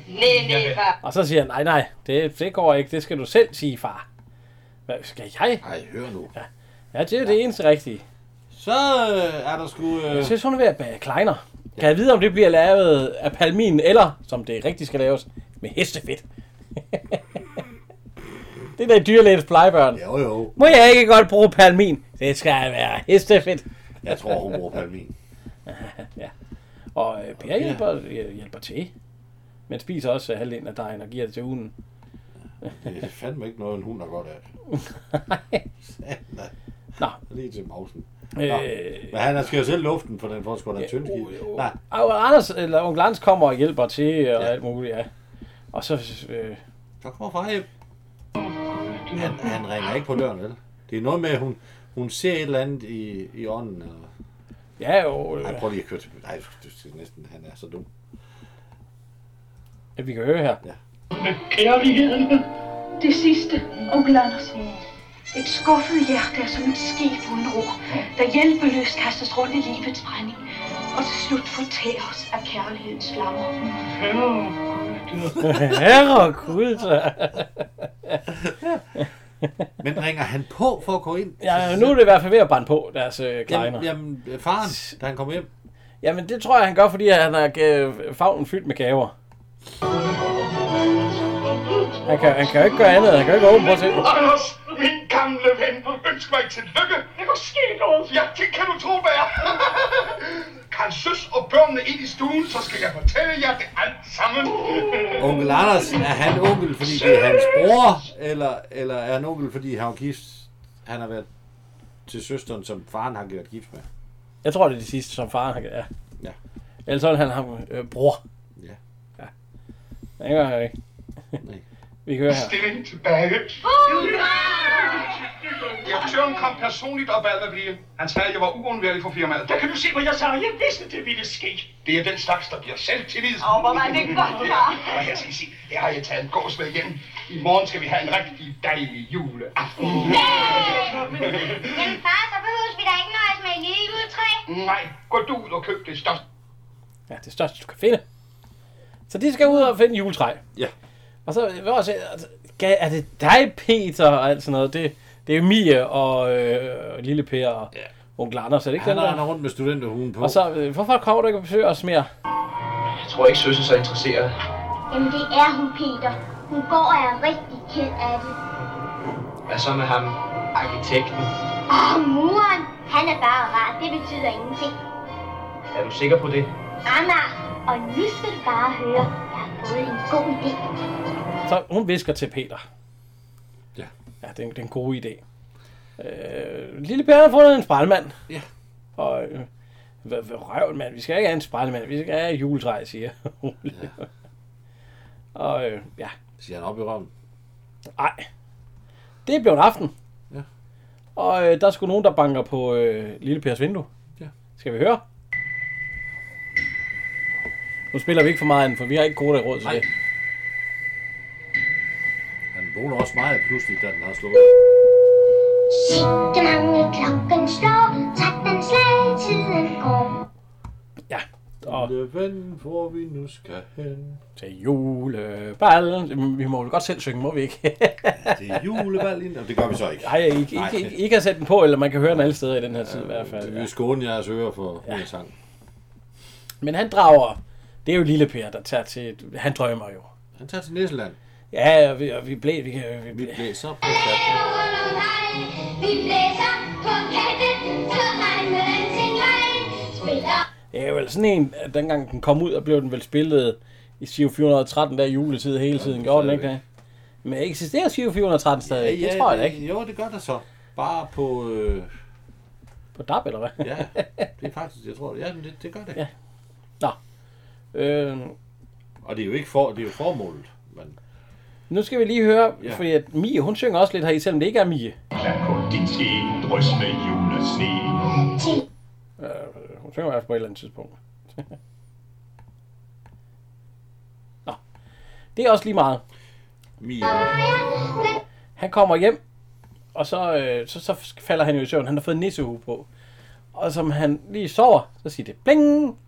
G: nej, nej, far.
B: Og så siger han, nej, nej, det, det går ikke. Det skal du selv sige, far. Hvad skal jeg?
C: Nej, hør nu.
B: Ja, ja det er ja. det eneste rigtige.
C: Så øh, er der sgu... Øh...
B: Jeg synes, hun er ved at bage kleiner. Ja. Kan jeg vide, om det bliver lavet af palmin, eller, som det rigtig skal laves, med hestefedt? det er da dyrlægens plejebørn.
C: Jo, jo.
B: Må jeg ikke godt bruge palmin? Det skal være hestefedt.
C: jeg tror, hun bruger palmin
B: ja. Og øh, Per okay. hjælper, hjælper til. Men spiser også halvdelen af dejen og giver det til hunden.
C: det er fandme ikke noget, en hund har godt af. Nej.
B: Nå.
C: Lige til mausen. Øh, Nå. Men han skal jo selv luften, for den får sgu da tynd
B: Nej. Og Anders, eller onkel Anders kommer og hjælper til og ja. alt muligt, ja. Og så... Øh,
C: så kommer far hjem. Han, han ringer ikke på døren, vel? Det er noget med, at hun, hun ser et eller andet i, i ånden, eller
B: Ja, jo.
C: Øh. Ej, prøv lige at køre til... Nej, du skal næsten... Han er så dum.
B: Ja, øh, vi kan høre her.
C: Ja.
M: Med kærligheden.
N: Det sidste, onkel Anders. Et skuffet hjerte er som et skib uden ro, der hjælpeløst kastes rundt i livets brænding, og til slut fortæres af kærlighedens flammer.
B: Herre Gud, så.
C: Men ringer han på for at gå ind?
B: Ja, nu er det i hvert fald ved at brænde på deres øh, kleiner.
C: Jamen, jamen, faren, da han kommer hjem.
B: Jamen, det tror jeg, han gør, fordi han har øh, fagnen fyldt med gaver. Han kan, han kan jo ikke gøre andet. Han kan jo ikke åbne på til.
J: Anders, min gamle ven, ønsk mig tillykke. Det kan ske noget. Ja, det kan du tro, hvad Kan søs og børnene ind i stuen, så skal jeg fortælle jer det alt sammen.
C: Uh. Onkel Anders, er han onkel, fordi det er hans bror? Eller, eller er han onkel, fordi han var gift? Han har været til søsteren, som faren har været gift med.
B: Jeg tror, det er det sidste, som faren har ja.
C: ja.
B: Ellers så han ham øh, bror.
C: Ja.
B: ja. Det gør han ikke. Nej. Vi hører her.
J: Stilling tilbage. Direktøren kom personligt og bad mig blive. Han sagde, at jeg var uundværlig for firmaet.
M: Der kan du se, hvad jeg sagde. Jeg vidste, det ville ske.
J: Det er den slags, der giver selvtillid.
G: Åh, oh, hvor var det godt, far.
J: Og jeg skal sige, det har jeg taget en gås med igen. I morgen skal vi have en rigtig dejlig juleaften. Yeah!
F: Jamen far, så behøver vi da ikke nøjes med en lille juletræ.
J: Nej, gå du ud og køb det største.
B: Ja, det største, du kan finde. Så de skal ud og finde juletræ.
C: Ja.
B: altså, Og så, hvor jeg, er det dig, Peter, og alt sådan noget. Det, Det er Mie og øh, Lille Per og ja. onkel Anders, er det ikke
C: Han
B: den der?
C: render rundt med studenterhuen på.
B: Og så, øh, hvorfor kommer du ikke og besøger os mere?
O: Jeg tror ikke, søs er så interesseret.
F: Jamen det er hun, Peter. Hun går og er rigtig ked af det.
O: Hvad så med ham, arkitekten?
F: Åh, muren, han er bare rar. Det betyder ingenting.
O: Er du sikker på det?
F: Anna, og nu skal du bare høre, jeg har fået en god idé.
B: Så hun visker til Peter. Ja. Ja, det er en, det er en god idé. Øh, Lille Per har fundet en sprællemand. Ja. Og øh, hvad, hvad røven, mand. Vi skal ikke have en sprællemand. Vi skal have et juletræ, siger hun. Ja. og øh, ja.
C: Siger han op i røven.
B: Nej. Det blev en aften.
C: Ja.
B: Og øh, der er sgu nogen, der banker på øh, Lille Pers vindue.
C: Ja.
B: Skal vi høre? Nu spiller vi ikke for meget af den, for vi har ikke koda i råd til det.
C: Han vågner også meget pludselig, da den har slået.
F: Sikke mange klokken slår, tretten slag, tiden går.
B: Ja.
C: Og... Lille ven, hvor vi nu skal hen.
B: Til julebal. Vi må jo godt selv synge, må vi ikke?
C: Det er julebal ind, og det gør vi så ikke.
B: Nej, I, I,
C: Nej.
B: I, I, I kan sætte den på, eller man kan høre den alle steder i den her tid i hvert
C: Det
B: fald.
C: er
B: Ja.
C: jo skåne jeres ører for ja. sang.
B: Men han drager... Det er jo Lille Per, der tager til... Han drømmer jo.
C: Han tager til Næsland.
B: Ja, og vi, og vi blev... Vi, kan- vi, vi
C: blæser på
D: Vi blæser på katten, så regner den sin regn. Spiller
B: Det er vel sådan en, at dengang den kom ud, og blev den vel spillet i Sio 413 der i juletid hele tiden. Gjorde den ikke det? Men eksisterer Sio 413 stadig? Ja, ja, det tror jeg da ikke.
C: Jo, det gør der så. Bare på... Øh...
B: På DAB, eller hvad?
C: ja, det er faktisk, jeg tror det. Ja, men det, det gør det.
B: Ja. Nå. Øh,
C: Og det er jo ikke for, det er jo formålet. Men
B: nu skal vi lige høre,
C: Ja.
B: ja. fordi at Mie, hun synger også lidt her i, selvom det ikke er Mie.
P: Lad kun din ske drys med julesne.
B: Øh, hun synger i hvert fald på et eller andet tidspunkt. Nå. Det er også lige meget.
C: Mie.
B: Han kommer hjem, og så, øh, så, så falder han jo i søvn. Han har fået en nissehue på. Og som han lige sover, så siger det bling.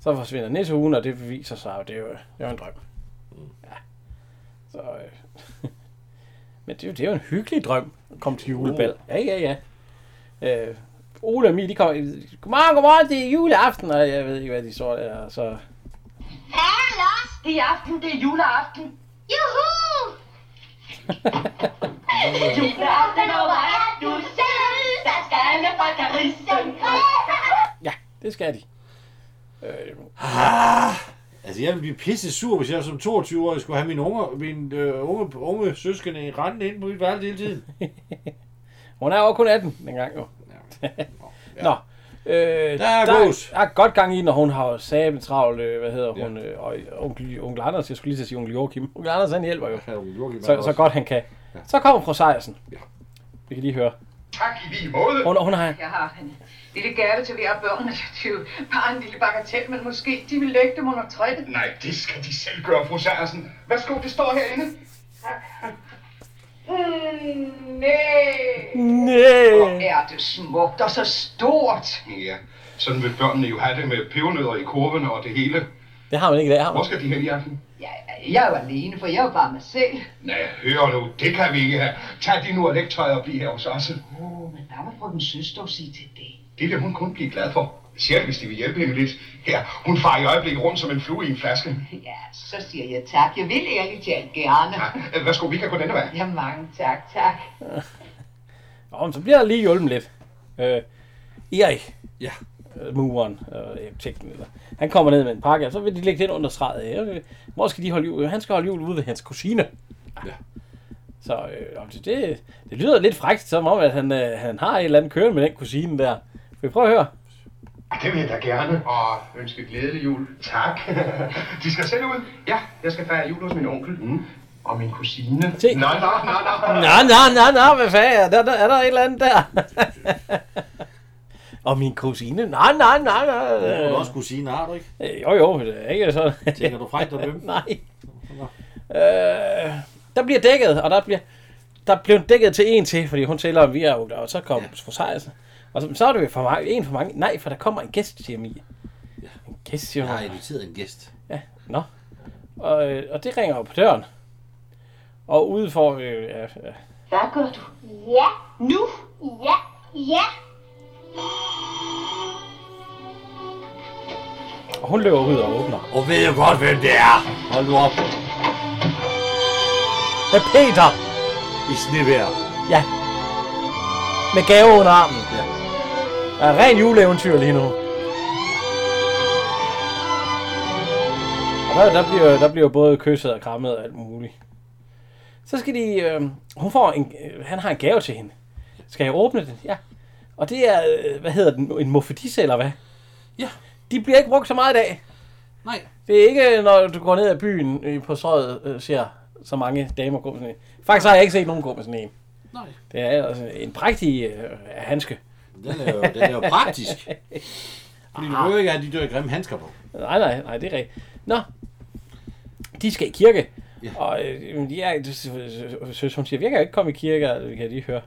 B: Så forsvinder nissehugen, og det viser sig, at det er jo, det er jo en drøm. Ja. Så, øh. Men det, er jo- det er jo en hyggelig drøm at komme til julebal. Ja, ja, ja. Øh, Ole og Mie, de kommer, godmorgen, godmorgen, det er juleaften, og jeg ved ikke, hvad de så der, og så...
H: Lars, det er aften, det er juleaften. Juhu! juleaften over er du selv, der skal alle folk have risen.
B: Ja, det skal de. Øh,
C: Ah, altså, jeg ville blive pisse sur, hvis jeg som 22-årig skulle have mine unge, mine, øh, unge, unge søskende rendende ind på mit værelse hele tiden.
B: Hun er jo kun 18 dengang, jo. Ja. Nå. Øh, der
C: er gås.
B: Der er godt gang i, når hun har sabel travlt, øh, hvad hedder hun, øh, og onkel, onkel Anders, jeg skulle lige til at sige onkel Joachim. Onkel Anders, han hjælper jo,
C: Joachim er
B: så,
C: også-
B: så godt han kan. Så kommer fru Sejersen. Vi kan lige høre.
E: Tak i lige måde.
B: Hun, hun har,
H: Jeg har en lille gave til hver børn, altså det er jo bare en lille bagatell, men måske de vil lægge dem under træet.
Q: Nej, det skal de selv gøre, fru Særsen. Værsgo, det står herinde.
H: Mm, nej.
B: Nej.
H: Hvor er det smukt og så stort.
J: Ja, sådan vil børnene jo have det med pebernødder i kurvene og det hele.
B: Det har man ikke i dag, har man.
J: Hvor skal de hen i aften?
H: Jeg er jo alene, for jeg er jo bare mig selv.
J: Nej, hør nu, det kan vi ikke have. Tag de nu og læg tøj og bliv her hos os.
H: Åh, men hvad må frøken søster sige til det?
J: Det vil hun kun blive glad for. Selv hvis de vil hjælpe hende lidt. Her, hun farer i øjeblikket rundt som en flue i en flaske.
H: Ja, så siger jeg tak. Jeg vil ærligt talt gerne.
J: Øh, Værsgo, vi kan gå denne vej.
H: Ja, mange tak, tak.
B: Nå, men så bliver der lige hjulpet lidt. Øh, Erik.
C: Ja.
B: Muren, øh, tekten, eller. Han kommer ned med en pakke, og så vil de lægge den under træet. Øh, Hvor skal de holde jul? Han skal holde jul ude ved hans kusine.
C: Ja.
B: Så øh, om det, det, det lyder lidt frækt, som om, at han, øh, han har et eller andet kørende med den kusine der. Vil I prøve at høre?
J: Det vil jeg da gerne. Og ønske glædelig jul. Tak. De skal selv ud? Ja, jeg skal fejre jul hos min onkel. Mm. Og min kusine.
B: Se.
J: Nej, nej, nej, nej.
B: Nå, nå, nå, nå, hvad fanden? Er der, der, er der et eller andet der? Og min kusine? Nej, nej, nej, nej.
C: Det må du også kunne sige, nej, har du ikke?
B: Øh, Jo, jo, det er ikke sådan.
C: Tænker du frækt og dømme?
B: Nej. Øh, der bliver dækket, og der bliver der blev dækket til en til, fordi hun tæller, om vi er jo der, og så kom ja. fru Sejersen. Og så, så er det jo for mange, en for mange. Nej, for der kommer en gæst, siger Mie. En gæst, siger hun.
C: Jeg har inviteret en gæst.
B: Ja, nå. Og, øh, og det ringer jo på døren. Og ude for... Øh, ja, ja,
R: Hvad gør du?
F: Ja.
R: Nu?
F: Ja. Ja.
B: Og hun løber ud og åbner.
C: Og ved jo godt, hvem det er. Hold nu op.
B: Det er Peter.
C: I snevejr.
B: Ja. Med gave under armen. Ja. Der er ren juleeventyr lige nu. Og der, der, bliver, der bliver både kysset og krammet og alt muligt. Så skal de... Øh, hun får en, øh, han har en gave til hende. Skal jeg åbne den? Ja. Og det er, øh, hvad hedder den? En mofedisse, eller hvad?
C: Ja.
B: De bliver ikke brugt så meget i dag.
C: Nej.
B: Det er ikke, når du går ned ad byen øh, på strøget, øh, ser så mange damer gå med sådan en. Faktisk har jeg ikke set nogen gå med sådan en.
C: Nej.
B: Det er altså en prægtig øh, handske.
C: Den er jo, den er jo praktisk. Fordi du behøver ikke have de der grimme handsker på.
B: Nej, nej, nej, det er rigtigt. Nå, de skal i kirke. Ja. Og øh, de er, søs, hun siger, jeg kan ikke komme i kirke, og det kan jeg lige høre.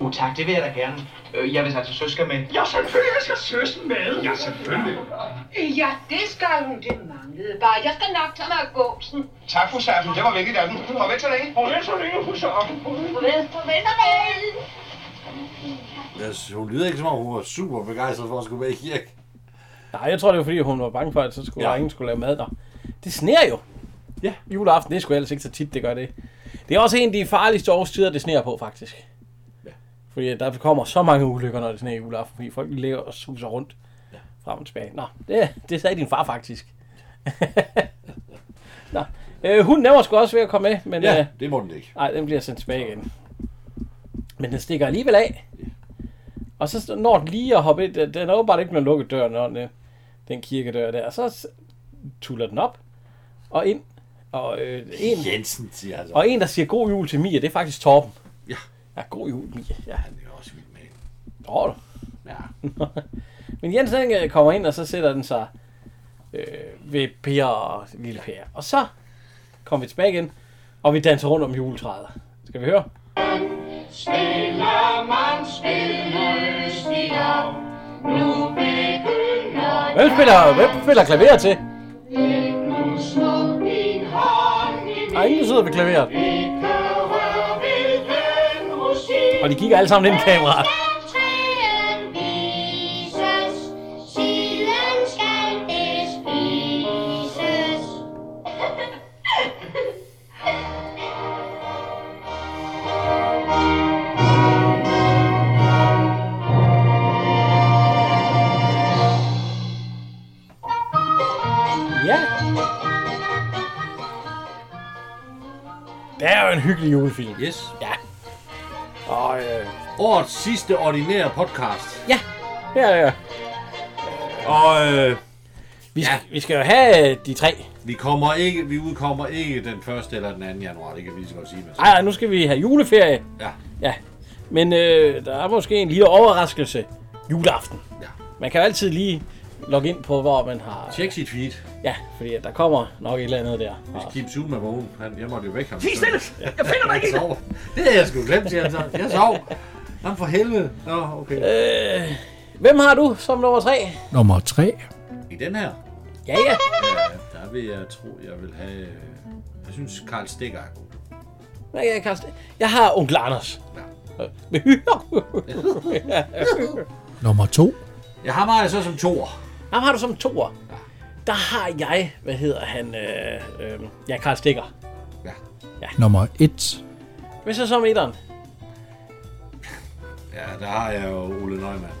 O: Uh, tak, det vil jeg da gerne. Øh, jeg vil altså søske med.
Q: Ja, selvfølgelig skal søsen med. Ja, selvfølgelig.
H: Ja, det skal hun. Det manglede bare. Jeg skal nok tage mig af gåsen.
Q: Tak, fru Særfen. Det var vigtigt af den. Farvel så længe. Farvel så længe, fru Særfen.
H: Farvel, farvel, farvel.
C: Altså, hun lyder ikke som om, hun var super begejstret for at skulle med i kirke.
B: Nej, jeg tror, det var fordi, hun var bange for, at så skulle ja. ingen skulle lave mad. Nå. Det sneer jo.
C: Ja.
B: Juleaften, det er sgu ellers ikke så tit, det gør det. Det er også en af de farligste årstider, det sneer på, faktisk. Ja. Fordi der kommer så mange ulykker, når det sneer juleaften, fordi folk ligger og suser rundt ja. frem og tilbage. Nå, det, det sagde din far faktisk. Nå. Øh, hun nemmer sgu også ved at komme med, men...
C: Ja,
B: øh,
C: det må den ikke.
B: Nej, den bliver sendt tilbage igen. Men den stikker alligevel af. Ja. Og så når den lige at hoppe ind, den er åbenbart ikke blevet lukket døren, når den, øh, den kirkedør der. Og så tuller den op og ind. Og, øh, en,
C: Jensen siger altså.
B: og en, der siger god jul til Mia, det er faktisk Torben.
C: Ja.
B: Ja, god jul, Mia. Ja.
C: Han er også vild med hende.
B: Tror du?
C: Ja.
B: Men Jensen han øh, kommer ind, og så sætter den sig øh, ved Per og Lille Per. Og så kommer vi tilbage igen, og vi danser rundt om juletræet. Skal vi høre?
D: Spiller man spilløst i dag, nu begynder
B: Hvem spiller, hvem spiller klaver til?
D: Læg nu smuk din hånd i
B: Der er ingen, der sidder ved klaveret. Og de kigger alle sammen ind i kameraet. Ja. Det er jo en hyggelig julefilm.
C: Yes.
B: Ja. Og øh,
C: Årets sidste ordinære podcast.
B: ja. Ja, ja.
C: Og øh,
B: Vi, ja. vi skal jo have øh, de tre.
C: vi, kommer ikke, vi udkommer ikke den 1. eller den 2. januar, det kan vi lige så godt sige. Men så.
B: Ej, ej, nu skal vi have juleferie.
C: Ja,
B: Ja. Men øh, der er måske en lille overraskelse juleaften.
C: ja.
B: Man kan jo altid lige logge ind på, hvor man har...
C: Tjek sit feed.
B: Ja, fordi at der kommer nok et eller andet der.
C: Hvis
B: Og,
C: Kim Zoom er vågen, han, jeg måtte jo væk ham.
E: Tis stille! Jeg finder dig ikke!
C: Han sover. Det havde jeg sgu glemt, siger han så. Jeg sov. Jamen for helvede. Nå, okay.
B: øh, hvem har du som nummer tre?
A: Nummer 3.
C: I den her,
B: Ja, ja.
C: øh, der vil jeg tro, jeg vil have... øh, Jeg synes, Karl Stikker er god.
B: Nej, jeg, kan... jeg har onkel Anders.
C: Ja.
B: Øh, Med hyre.
A: Nummer 2.
C: Jeg har mig så som toer.
B: Ham har du som toer. Der har jeg, hvad hedder han, øh, øh, ja, Karl Stikker.
C: Ja.
A: Nummer 1.
B: Men så som etteren.
C: ja, der har jeg jo Ole Neumann.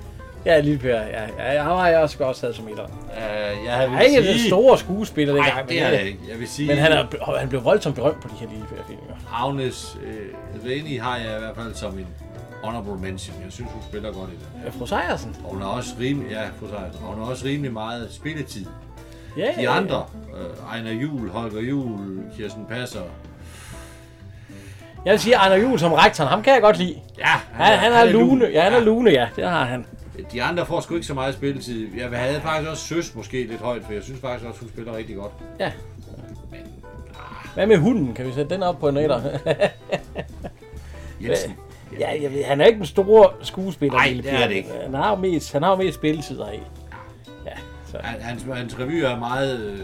B: Ja, Lille Per. Ja, ja, ham har jeg også godt taget som etteren.
C: Øh, jeg
B: Han er ikke den store skuespiller dengang,
C: Nej, det
B: men,
C: er
B: øh,
C: jeg ikke. Jeg vil sige...
B: men han, er, han blev voldsomt berømt på de her Lille Per-film.
C: Agnes øh, Reni har jeg i hvert fald som en honorable mention. Jeg synes, hun spiller godt i den her.
B: Fru Sejersen.
C: Og hun har også rimelig, ja, fru Sejersen, og hun har også rimelig meget spilletid.
B: Ja,
C: De andre, øh, Ejner Jul, Holger Jul, Kirsten Passer.
B: Jeg vil sige, Arne Juhl som rektoren, ham kan jeg godt lide.
C: Ja,
B: Han, han, er lune. Ja, han er lune, ja. Det har han.
C: De andre får sgu ikke så meget spilletid. Jeg havde faktisk også Søs måske lidt højt, for jeg synes faktisk også, hun spiller rigtig godt.
B: Ja. Hvad med hunden? Kan vi sætte den op på en etter?
C: Jensen.
B: ja, jeg ved, han er ikke den store skuespiller.
C: Nej,
B: Lille
C: det
B: Per.
C: er det ikke.
B: Han har jo mest, han har jo mest spilletider i. Ja, så.
C: Han- Hans, hans revy er meget øh,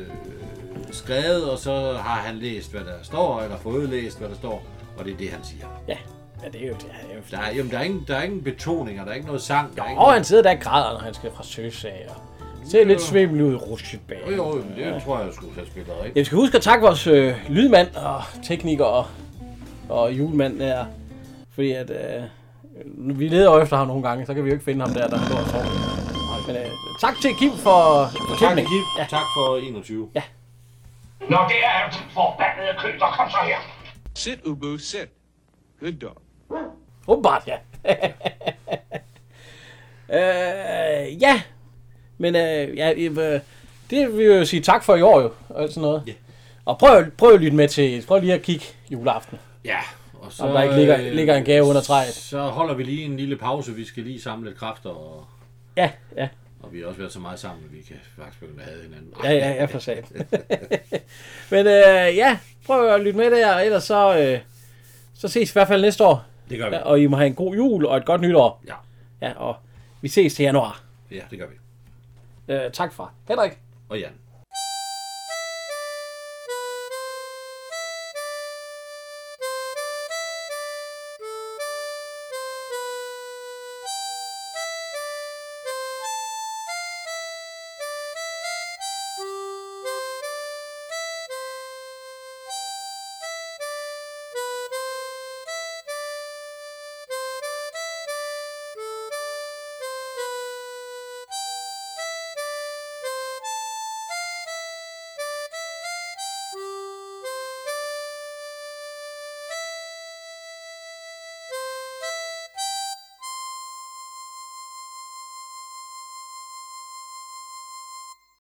C: skrevet, og så har han læst, hvad der står, eller fået læst, hvad der står, og det er det, han siger.
B: Ja. Ja, det er jo... Ja, det er jo
C: der, er, jo, der, er ingen, der er ingen betoninger, der er ikke noget sang. Jo, der er ikke
B: Og han sidder der og græder, når han skal fra søsag. Og ser lidt svimmel ud i rutsjebanen.
C: Jo, jo, men det tror jeg, jeg skulle have spillet rigtigt.
B: Ja, vi skal huske at takke vores øh, lydmand og tekniker og, og julemand der. Fordi at... Øh, vi leder jo efter ham nogle gange, så kan vi jo ikke finde ham der, der står og sover. Men øh, tak til Kim for... for
C: Tak, Kim. Tak for 21.
B: Ja.
Q: Nå, det er jo dit forbandede kø, der kom så her.
S: Sit, Ubu, sit. Good dog.
B: Åbenbart, ja. øh, ja. Men øh, ja, øh, det vil jeg jo sige tak for i år jo, og alt sådan noget. Yeah. Og prøv, prøv at lytte med til, prøv lige at kigge juleaften.
C: Ja, og øh,
B: Om der ikke ligger- ligger en gave under træet.
C: Så holder vi lige en lille pause. Vi skal lige samle lidt kræfter. Og,
B: Ja, ja.
C: og vi har også været så meget sammen, at vi kan faktisk begynde at have hinanden.
B: Ja, ja, ja, for sat. Men øh, ja, prøv at lytte med der, og ellers så, øh, så ses vi i hvert fald næste år.
C: Det gør vi.
B: Ja, og I må have en god jul og et godt nytår.
C: Ja.
B: Ja, og vi ses til januar.
C: ja, det gør vi.
B: Øh, tak for. Henrik.
C: Og Jan.